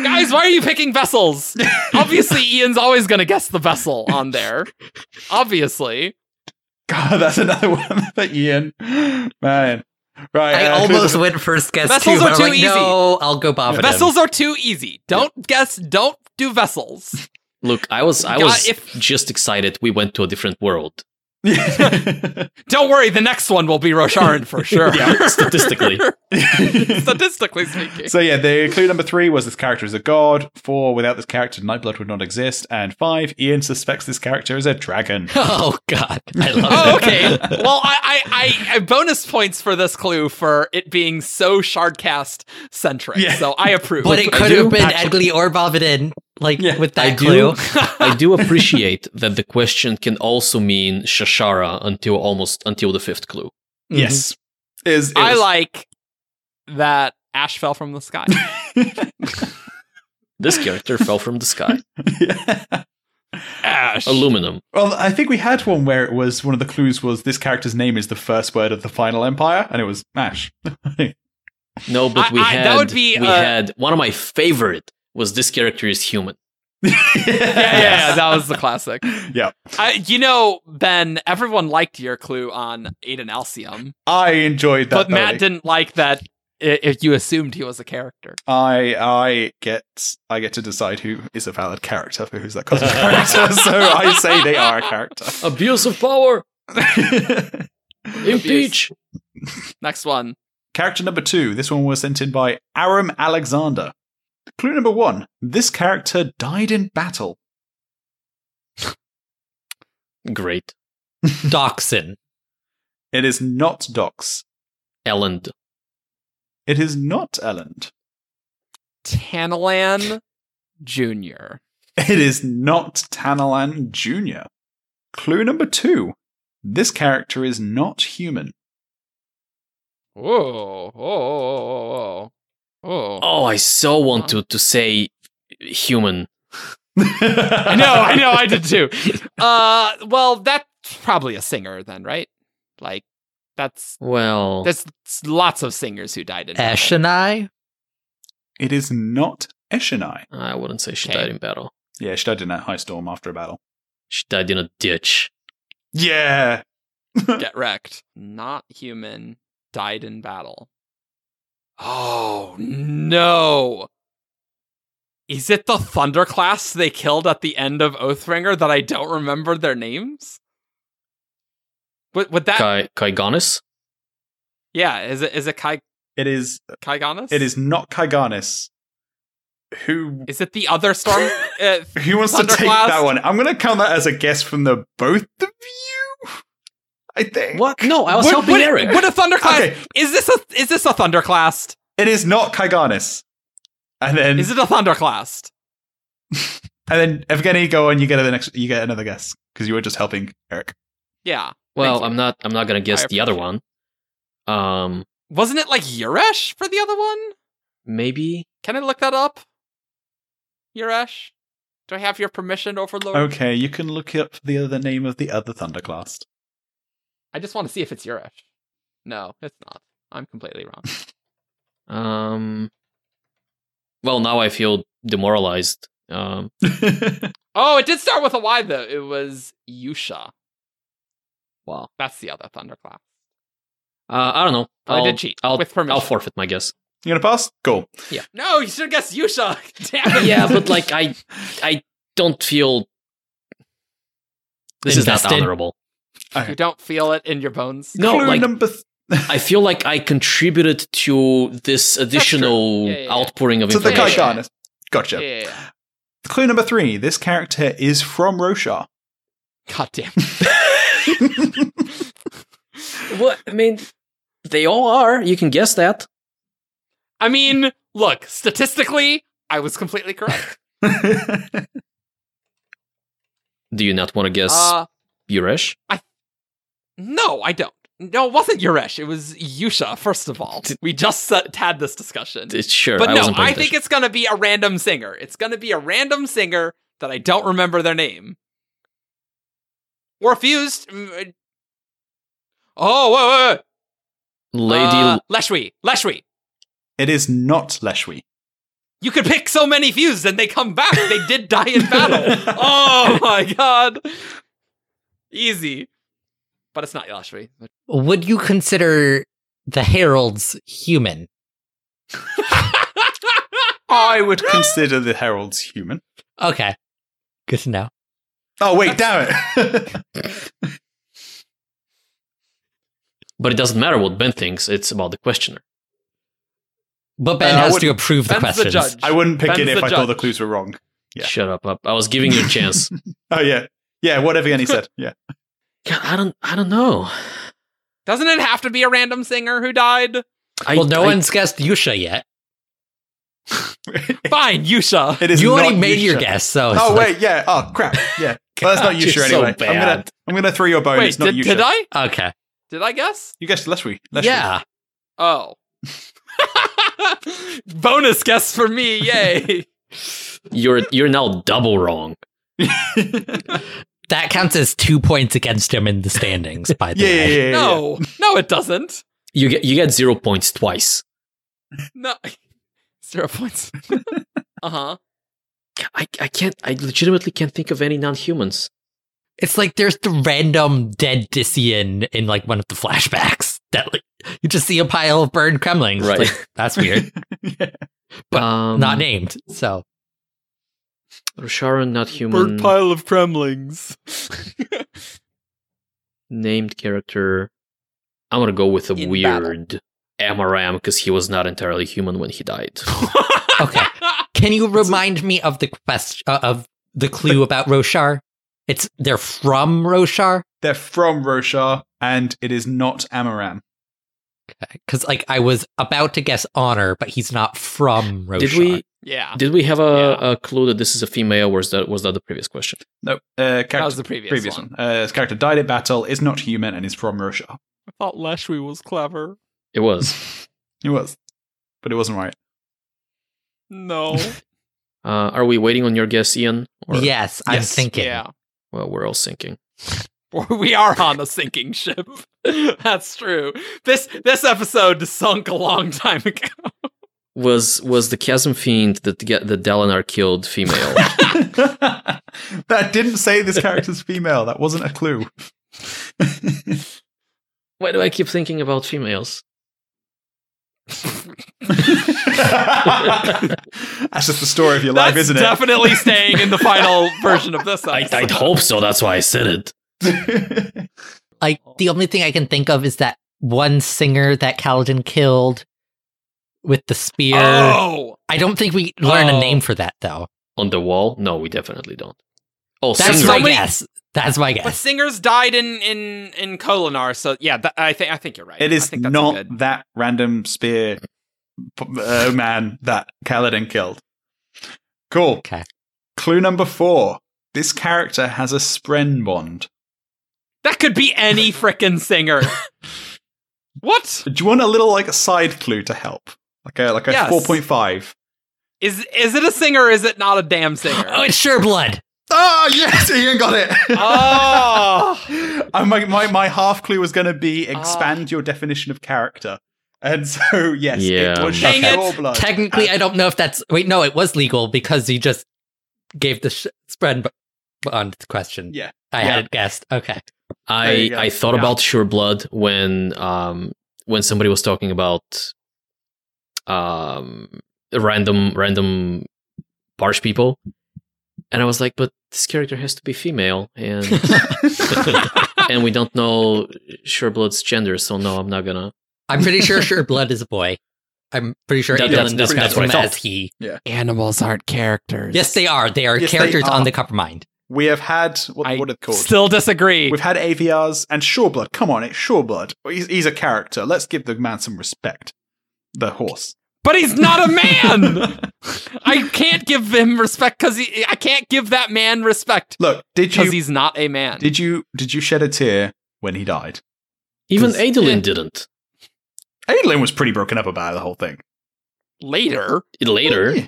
[SPEAKER 1] Guys, why are you picking vessels? Obviously, Ian's always going to guess the vessel on there. Obviously.
[SPEAKER 4] God, that's another one for Ian. Man. Right.
[SPEAKER 2] I
[SPEAKER 4] uh, clue
[SPEAKER 2] almost
[SPEAKER 4] number-
[SPEAKER 2] went first guess
[SPEAKER 1] Vessels
[SPEAKER 2] too, but
[SPEAKER 1] are
[SPEAKER 2] I'm
[SPEAKER 1] too
[SPEAKER 2] like,
[SPEAKER 1] easy.
[SPEAKER 2] No, I'll go Bobbin.
[SPEAKER 1] Vessels are too easy. Don't guess, don't do vessels.
[SPEAKER 3] Look, I was I
[SPEAKER 1] God,
[SPEAKER 3] was
[SPEAKER 1] if-
[SPEAKER 3] just excited we went to a different world.
[SPEAKER 1] Don't worry, the next one will be Rosharan for sure.
[SPEAKER 3] Yeah, statistically.
[SPEAKER 1] Statistically speaking.
[SPEAKER 4] so yeah, the clue number three was this character is a god. Four, without this character, Nightblood would not exist. And five, Ian suspects this character is a dragon.
[SPEAKER 2] Oh god, I love
[SPEAKER 1] oh,
[SPEAKER 2] it.
[SPEAKER 1] okay. Well, I, I, I, I bonus points for this clue for it being so shardcast centric.
[SPEAKER 4] Yeah.
[SPEAKER 1] So I approve.
[SPEAKER 2] But it
[SPEAKER 3] I
[SPEAKER 2] could
[SPEAKER 3] do
[SPEAKER 2] have been
[SPEAKER 3] actually-
[SPEAKER 2] Edgley or Bobbin, like
[SPEAKER 4] Yeah,
[SPEAKER 2] with that
[SPEAKER 3] I do.
[SPEAKER 2] clue.
[SPEAKER 3] I do appreciate that the question can also mean Shashara until almost until the fifth clue.
[SPEAKER 2] Mm-hmm.
[SPEAKER 4] Yes. Is,
[SPEAKER 1] I
[SPEAKER 4] is-
[SPEAKER 1] like that ash fell from the sky.
[SPEAKER 3] This character fell from the sky.
[SPEAKER 1] ash.
[SPEAKER 3] Aluminum.
[SPEAKER 4] Well, I think we had one where it was one of the clues was this character's name is the first word of the final empire, and it was Ash.
[SPEAKER 3] No, but
[SPEAKER 1] I-
[SPEAKER 3] we
[SPEAKER 1] I-
[SPEAKER 3] had
[SPEAKER 1] that would be,
[SPEAKER 3] we
[SPEAKER 1] uh,
[SPEAKER 3] had one of my favorite was this character is human.
[SPEAKER 1] Yeah, yeah, yeah, that was the classic.
[SPEAKER 4] Yeah.
[SPEAKER 1] I, you know, Ben, everyone liked your clue on Aiden Alcium,
[SPEAKER 4] I enjoyed that.
[SPEAKER 1] but Matt
[SPEAKER 4] thoroughly.
[SPEAKER 1] didn't like that. i- If you assumed he was a character,
[SPEAKER 4] I I get I get to decide who is a valid character for who's that cosmic character, so I say they are a character.
[SPEAKER 3] Abuse of power. Impeach.
[SPEAKER 1] next one.
[SPEAKER 4] character number two. This one was sent in by Aram Alexander. Clue number one: This character died in battle.
[SPEAKER 3] Great.
[SPEAKER 2] Dachshund.
[SPEAKER 4] It is not Dox.
[SPEAKER 3] Elend.
[SPEAKER 4] It is not Elend.
[SPEAKER 1] Tanalan Jr.
[SPEAKER 4] It is not Tanalan Jr. Clue number two. This character is not human.
[SPEAKER 1] Oh, oh, oh, oh, oh.
[SPEAKER 3] Oh, I so want to to say human.
[SPEAKER 1] I know, I know, I did too. Uh, well, that's probably a singer then, right? Like, that's
[SPEAKER 3] Well,
[SPEAKER 1] there's lots of singers who died in battle.
[SPEAKER 2] Ash and I.
[SPEAKER 4] It is not Eshenai.
[SPEAKER 3] I wouldn't say she
[SPEAKER 1] Okay.
[SPEAKER 3] died in battle.
[SPEAKER 4] Yeah, she died in that high storm after a battle.
[SPEAKER 3] She died in a ditch.
[SPEAKER 4] Yeah.
[SPEAKER 1] Get wrecked. Not human. Died in battle. Oh no. Is it the Thunderclass they killed at the end of Oathbringer that I don't remember their names? Would, would that
[SPEAKER 3] Kai Kaigonis?
[SPEAKER 1] Yeah, is it is it Kai
[SPEAKER 4] It is
[SPEAKER 1] Uh, Kaiganis?
[SPEAKER 4] it is not Kaiganis. Who
[SPEAKER 1] Is it the other storm? uh,
[SPEAKER 4] who wants to take
[SPEAKER 1] Thunderclast?
[SPEAKER 4] that one? I'm gonna count that as a guess from the both of you. I think.
[SPEAKER 3] What? No, I was
[SPEAKER 1] would,
[SPEAKER 3] helping
[SPEAKER 1] would-
[SPEAKER 3] Eric.
[SPEAKER 1] would a thunderclast?
[SPEAKER 4] Okay.
[SPEAKER 1] Is this a is this a thunderclast?
[SPEAKER 4] It is not Kaiganis. And then
[SPEAKER 1] Is it a thunderclast?
[SPEAKER 4] and then Evgeny, go on, you get the next you get another guess. Because you were just helping Eric.
[SPEAKER 1] Yeah. Thank
[SPEAKER 3] well,
[SPEAKER 1] you.
[SPEAKER 3] I'm not. I'm not gonna guess
[SPEAKER 1] I
[SPEAKER 3] the other one. Um,
[SPEAKER 1] Wasn't it like Yuresh for the other one?
[SPEAKER 3] maybe
[SPEAKER 1] Can I look that up? Yuresh, do I have your permission, Overlord?
[SPEAKER 4] Okay, you can look up the other name of the other Thunderclast.
[SPEAKER 1] I just want to see if it's Yuresh. No, it's not. I'm completely wrong.
[SPEAKER 3] Um, well, now I feel demoralized. Um,
[SPEAKER 1] oh, it did start with a Y though. It was Yusha.
[SPEAKER 3] wow.
[SPEAKER 1] That's the other thunderclast.
[SPEAKER 3] Uh, I don't know.
[SPEAKER 1] But I
[SPEAKER 3] I'll,
[SPEAKER 1] did cheat
[SPEAKER 3] I'll,
[SPEAKER 1] with permission.
[SPEAKER 3] I'll forfeit my guess.
[SPEAKER 4] You gonna pass? Cool.
[SPEAKER 1] no, you should have guessed Yusha. Damn it.
[SPEAKER 3] yeah, but like I, I don't feel. This is not
[SPEAKER 2] Invested.
[SPEAKER 3] honorable.
[SPEAKER 1] You don't feel it in your bones.
[SPEAKER 3] No,
[SPEAKER 4] Clue
[SPEAKER 3] like
[SPEAKER 4] number th-
[SPEAKER 3] I feel like I contributed to this additional
[SPEAKER 1] Yeah, yeah, yeah.
[SPEAKER 3] outpouring of
[SPEAKER 4] to the
[SPEAKER 3] information.
[SPEAKER 4] Kaiganis. Gotcha.
[SPEAKER 1] Yeah, yeah, yeah.
[SPEAKER 4] Clue number three. This character is from Roshar.
[SPEAKER 1] God damn.
[SPEAKER 3] What I mean, They all are. You can guess that.
[SPEAKER 1] I mean, look, statistically, I was completely correct.
[SPEAKER 3] Do you not want to guess
[SPEAKER 1] Uh,
[SPEAKER 3] Yuresh?
[SPEAKER 1] no, I don't. No, it wasn't Yuresh. It was Yusha, first of all. We just set- had this discussion.
[SPEAKER 3] It's sure.
[SPEAKER 1] But
[SPEAKER 3] I
[SPEAKER 1] no,
[SPEAKER 3] wasn't paying
[SPEAKER 1] I think it's going to be a random singer. It's going to be a random singer that I don't remember their name. Or fused. mm, Oh, wait, wait, wait.
[SPEAKER 3] attention. Lady
[SPEAKER 1] Uh, Leshwe. Leshwe.
[SPEAKER 4] it is not Leshwe.
[SPEAKER 1] You could pick so many fused and they come back. They did die in battle. oh my god. Easy. But it's not Leshwe.
[SPEAKER 2] Would you consider the heralds human?
[SPEAKER 4] I would consider the heralds human.
[SPEAKER 2] Okay. Good to know.
[SPEAKER 4] Oh wait, damn it!
[SPEAKER 3] But it doesn't matter what Ben thinks. It's about the questioner.
[SPEAKER 2] But Ben
[SPEAKER 4] Uh, I
[SPEAKER 2] has
[SPEAKER 4] would-
[SPEAKER 2] to approve the
[SPEAKER 1] Ben's the
[SPEAKER 2] questions.
[SPEAKER 1] judge.
[SPEAKER 4] I wouldn't pick
[SPEAKER 1] Ben's
[SPEAKER 4] it if
[SPEAKER 1] the
[SPEAKER 4] I thought the
[SPEAKER 1] judge.
[SPEAKER 4] clues were wrong. Yeah.
[SPEAKER 3] Shut up, up. I was giving you a chance.
[SPEAKER 4] Oh yeah, yeah. Whatever Yanni said. Yeah,
[SPEAKER 3] God, I don't. I don't know.
[SPEAKER 1] Doesn't it have to be a random singer who died?
[SPEAKER 3] I,
[SPEAKER 2] well, no
[SPEAKER 3] I-
[SPEAKER 2] one's guessed Yusha yet.
[SPEAKER 1] Fine, Yusha.
[SPEAKER 4] it is.
[SPEAKER 2] you already
[SPEAKER 4] not
[SPEAKER 2] made your
[SPEAKER 4] Yusha.
[SPEAKER 2] guess, so it's
[SPEAKER 4] Oh
[SPEAKER 2] like-
[SPEAKER 4] wait, yeah. Oh crap. Yeah. Well, that's not
[SPEAKER 3] God, you're
[SPEAKER 4] Yusha
[SPEAKER 3] so
[SPEAKER 4] anyway. I'm gonna
[SPEAKER 3] bad.
[SPEAKER 4] I'm gonna throw your bone.
[SPEAKER 1] Wait,
[SPEAKER 4] it's not
[SPEAKER 1] did,
[SPEAKER 4] Yusha.
[SPEAKER 1] did I?
[SPEAKER 2] okay.
[SPEAKER 1] Did I guess?
[SPEAKER 4] You guessed Leshwe. Leshwe.
[SPEAKER 2] Yeah.
[SPEAKER 1] Oh. Bonus guess for me, yay.
[SPEAKER 3] You're you're now double wrong.
[SPEAKER 2] That counts as two points against him in the standings, by the
[SPEAKER 4] Yeah, yeah,
[SPEAKER 2] way.
[SPEAKER 4] yeah, yeah.
[SPEAKER 1] no. No, it doesn't.
[SPEAKER 3] You get you get zero points twice.
[SPEAKER 1] No. Zero points. uh-huh.
[SPEAKER 3] I, I can't. I legitimately can't think of any non-humans.
[SPEAKER 2] It's like there's the random dead Dissian in like one of the flashbacks that like you just see a pile of burned Kremlings.
[SPEAKER 3] Right.
[SPEAKER 2] Like, that's weird. But
[SPEAKER 3] um,
[SPEAKER 2] Not named. So
[SPEAKER 3] Sharon, not human.
[SPEAKER 1] pile of Kremlings.
[SPEAKER 3] named character. I'm gonna go with a
[SPEAKER 1] In
[SPEAKER 3] weird MRM because he was not entirely human when he died.
[SPEAKER 2] Okay. can you remind me of the quest uh, of the clue about Roshar? It's they're from Roshar
[SPEAKER 4] They're from Roshar, and it is not Amaram.
[SPEAKER 2] because like I was about to guess Honor, but he's not from Roshar.
[SPEAKER 3] did we
[SPEAKER 1] Yeah.
[SPEAKER 3] did we have a,
[SPEAKER 1] Yeah.
[SPEAKER 3] a clue that this is a female? Or was that was that the previous question?
[SPEAKER 4] No, uh,
[SPEAKER 1] That was
[SPEAKER 4] character.
[SPEAKER 1] the previous,
[SPEAKER 4] Previous
[SPEAKER 1] one.
[SPEAKER 4] one. Uh, his character died in battle, is not human, and is from Roshar.
[SPEAKER 1] I thought Leshwe was clever.
[SPEAKER 3] It was.
[SPEAKER 4] It was, but it wasn't right.
[SPEAKER 1] No.
[SPEAKER 3] Uh, are we waiting on your guess, Ian?
[SPEAKER 2] yes, I'm
[SPEAKER 4] Yes.
[SPEAKER 2] thinking.
[SPEAKER 1] yeah.
[SPEAKER 3] Well, we're all sinking.
[SPEAKER 1] We are on a sinking ship. That's true. This this episode sunk a long time ago.
[SPEAKER 3] Was was the chasm fiend that get the Dalinar killed female?
[SPEAKER 4] that didn't say this character's female. That wasn't a clue.
[SPEAKER 3] Why do I keep thinking about females?
[SPEAKER 4] That's just the story of your life,
[SPEAKER 1] That's
[SPEAKER 4] isn't it?
[SPEAKER 1] definitely staying in the final version of this episode.
[SPEAKER 3] hope so. That's why I said it.
[SPEAKER 2] Like the only thing I can think of is that one singer that Kaladin killed with the spear.
[SPEAKER 1] Oh,
[SPEAKER 2] I don't think we learn
[SPEAKER 1] Oh.
[SPEAKER 2] a name for that though.
[SPEAKER 3] On the wall? No, we definitely don't. Oh,
[SPEAKER 2] That's
[SPEAKER 3] singer.
[SPEAKER 2] my
[SPEAKER 1] Somebody-
[SPEAKER 2] guess. That's my
[SPEAKER 1] but
[SPEAKER 2] guess.
[SPEAKER 1] singers died in in in Kolinar, so yeah, that, I think I think you're right.
[SPEAKER 4] it
[SPEAKER 1] I
[SPEAKER 4] is
[SPEAKER 1] think that's a
[SPEAKER 4] not
[SPEAKER 1] good-
[SPEAKER 4] that random spear p- uh, man that Kaladin killed. Cool.
[SPEAKER 2] Okay.
[SPEAKER 4] Clue number four. This character has a spren bond.
[SPEAKER 1] that could be any frickin' singer. what
[SPEAKER 4] Do you want a little like side clue to help? Like a like a
[SPEAKER 1] Yes.
[SPEAKER 4] four point five.
[SPEAKER 1] is is it a singer? or Is it not a damn singer?
[SPEAKER 2] Oh, it's sure blood.
[SPEAKER 4] Oh yes, Ian got it.
[SPEAKER 1] Oh.
[SPEAKER 4] And my, my my half clue was going to be
[SPEAKER 1] Ah.
[SPEAKER 4] expand your definition of character, and so yes,
[SPEAKER 3] Yeah.
[SPEAKER 4] it was
[SPEAKER 1] Dang it.
[SPEAKER 4] pure blood.
[SPEAKER 2] Technically, I don't know if that's wait. No, it was legal because you just gave the sh- spread b- bond question.
[SPEAKER 4] Yeah.
[SPEAKER 2] I
[SPEAKER 4] Yeah.
[SPEAKER 2] hadn't guessed. Okay,
[SPEAKER 4] There you
[SPEAKER 3] I
[SPEAKER 4] go.
[SPEAKER 3] I thought
[SPEAKER 1] Yeah.
[SPEAKER 3] about Sure Blood when um when somebody was talking about um random random barge people, and I was like, but this character has to be female, and and we don't know Sure Blood's gender, so no, I'm not gonna.
[SPEAKER 2] I'm pretty sure sure blood is a boy. I'm pretty sure
[SPEAKER 3] That-
[SPEAKER 2] Adolin
[SPEAKER 3] that's- that's
[SPEAKER 2] describes
[SPEAKER 3] what I
[SPEAKER 2] him
[SPEAKER 3] thought.
[SPEAKER 2] as he.
[SPEAKER 1] Animals aren't characters.
[SPEAKER 2] Yes, they are. They are
[SPEAKER 4] Yes, they
[SPEAKER 2] characters
[SPEAKER 4] are.
[SPEAKER 2] on the Coppermind.
[SPEAKER 4] We have had what,
[SPEAKER 1] I
[SPEAKER 4] what are they called?
[SPEAKER 1] still disagree.
[SPEAKER 4] We've had AVRs and Shoreblood. Come on, it's Shoreblood. He's, he's a character. Let's give the man some respect. The horse.
[SPEAKER 1] But he's not a man. I can't give him respect because he. I can't give that man respect
[SPEAKER 4] Look, did
[SPEAKER 1] because
[SPEAKER 4] you
[SPEAKER 1] he's not a man.
[SPEAKER 4] did you did you shed a tear when he died?
[SPEAKER 3] Even
[SPEAKER 4] 'Cause- eh.
[SPEAKER 3] Adolin
[SPEAKER 1] Yeah.
[SPEAKER 3] didn't.
[SPEAKER 4] Adolin was pretty broken up about the whole thing.
[SPEAKER 1] Later,
[SPEAKER 3] Later,
[SPEAKER 4] Oh, Yeah.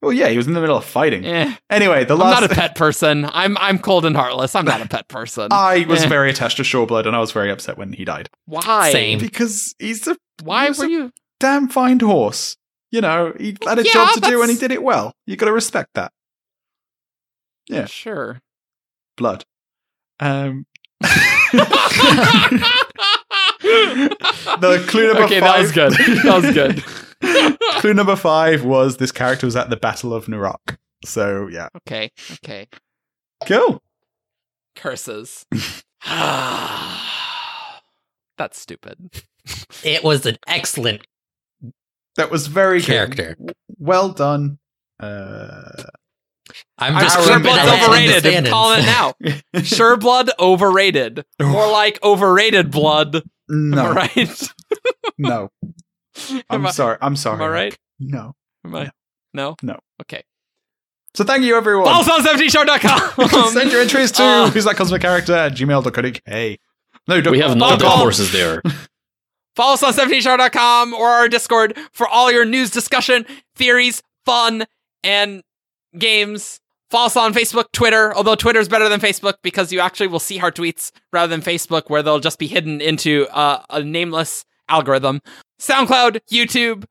[SPEAKER 4] Well, yeah, he was in the middle of fighting.
[SPEAKER 1] eh,
[SPEAKER 4] Anyway, the
[SPEAKER 1] I'm not
[SPEAKER 4] last
[SPEAKER 1] a pet person. I'm I'm cold and heartless. I'm not a pet person.
[SPEAKER 4] I was
[SPEAKER 1] Eh.
[SPEAKER 4] very attached to Shoreblood, and I was very upset when he died
[SPEAKER 1] Why?
[SPEAKER 2] Same.
[SPEAKER 4] because he's a
[SPEAKER 1] Why
[SPEAKER 4] He's
[SPEAKER 1] were
[SPEAKER 4] a-
[SPEAKER 1] you?
[SPEAKER 4] damn fine horse. You know, he had a
[SPEAKER 1] Yeah,
[SPEAKER 4] job to do, and
[SPEAKER 1] that's-
[SPEAKER 4] he did it well. You got to respect that Yeah.
[SPEAKER 1] Sure.
[SPEAKER 4] blood. Um, the
[SPEAKER 1] the
[SPEAKER 4] clue number
[SPEAKER 1] okay,
[SPEAKER 4] five.
[SPEAKER 1] that was good. That was good.
[SPEAKER 4] good. clue number five was this character was at the Battle of Nurak. So yeah,
[SPEAKER 1] Okay. Okay.
[SPEAKER 4] cool.
[SPEAKER 1] Curses. That's stupid.
[SPEAKER 2] It was an excellent
[SPEAKER 4] That was very good.
[SPEAKER 2] character.
[SPEAKER 4] Well done. Uh,
[SPEAKER 2] I'm
[SPEAKER 1] I'm
[SPEAKER 2] just
[SPEAKER 4] Our
[SPEAKER 1] sure
[SPEAKER 2] keeping it
[SPEAKER 4] blood's
[SPEAKER 2] in
[SPEAKER 1] blood's overrated.
[SPEAKER 2] the sentence.
[SPEAKER 1] Call it now. Sure blood overrated. More like overrated blood. Am I
[SPEAKER 4] no,
[SPEAKER 1] right?
[SPEAKER 4] no.
[SPEAKER 1] am,
[SPEAKER 4] I'm
[SPEAKER 1] I,
[SPEAKER 4] sorry. I'm sorry.
[SPEAKER 1] am I right?
[SPEAKER 4] No.
[SPEAKER 1] Am I? No?
[SPEAKER 4] No.
[SPEAKER 1] Okay.
[SPEAKER 4] So thank you, everyone.
[SPEAKER 1] Ballsonsftshow.com.
[SPEAKER 4] Send your entries to
[SPEAKER 1] uh,
[SPEAKER 4] who's that cosmic character at gmail.co.uk. No,
[SPEAKER 3] we have no
[SPEAKER 1] Bob,
[SPEAKER 3] other
[SPEAKER 1] Bob.
[SPEAKER 3] horses there.
[SPEAKER 1] Follow us on 17shard.com or our Discord for all your news, discussion, theories, fun, and games. Follow us on Facebook, Twitter, although Twitter's better than Facebook because you actually will see our tweets rather than Facebook where they'll just be hidden into uh, a nameless algorithm. SoundCloud, YouTube,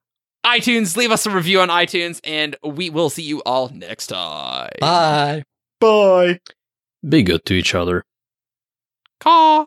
[SPEAKER 1] iTunes. Leave us a review on iTunes and we will see you all next time.
[SPEAKER 2] Bye.
[SPEAKER 4] Bye.
[SPEAKER 3] Be good to each other.
[SPEAKER 1] Caw.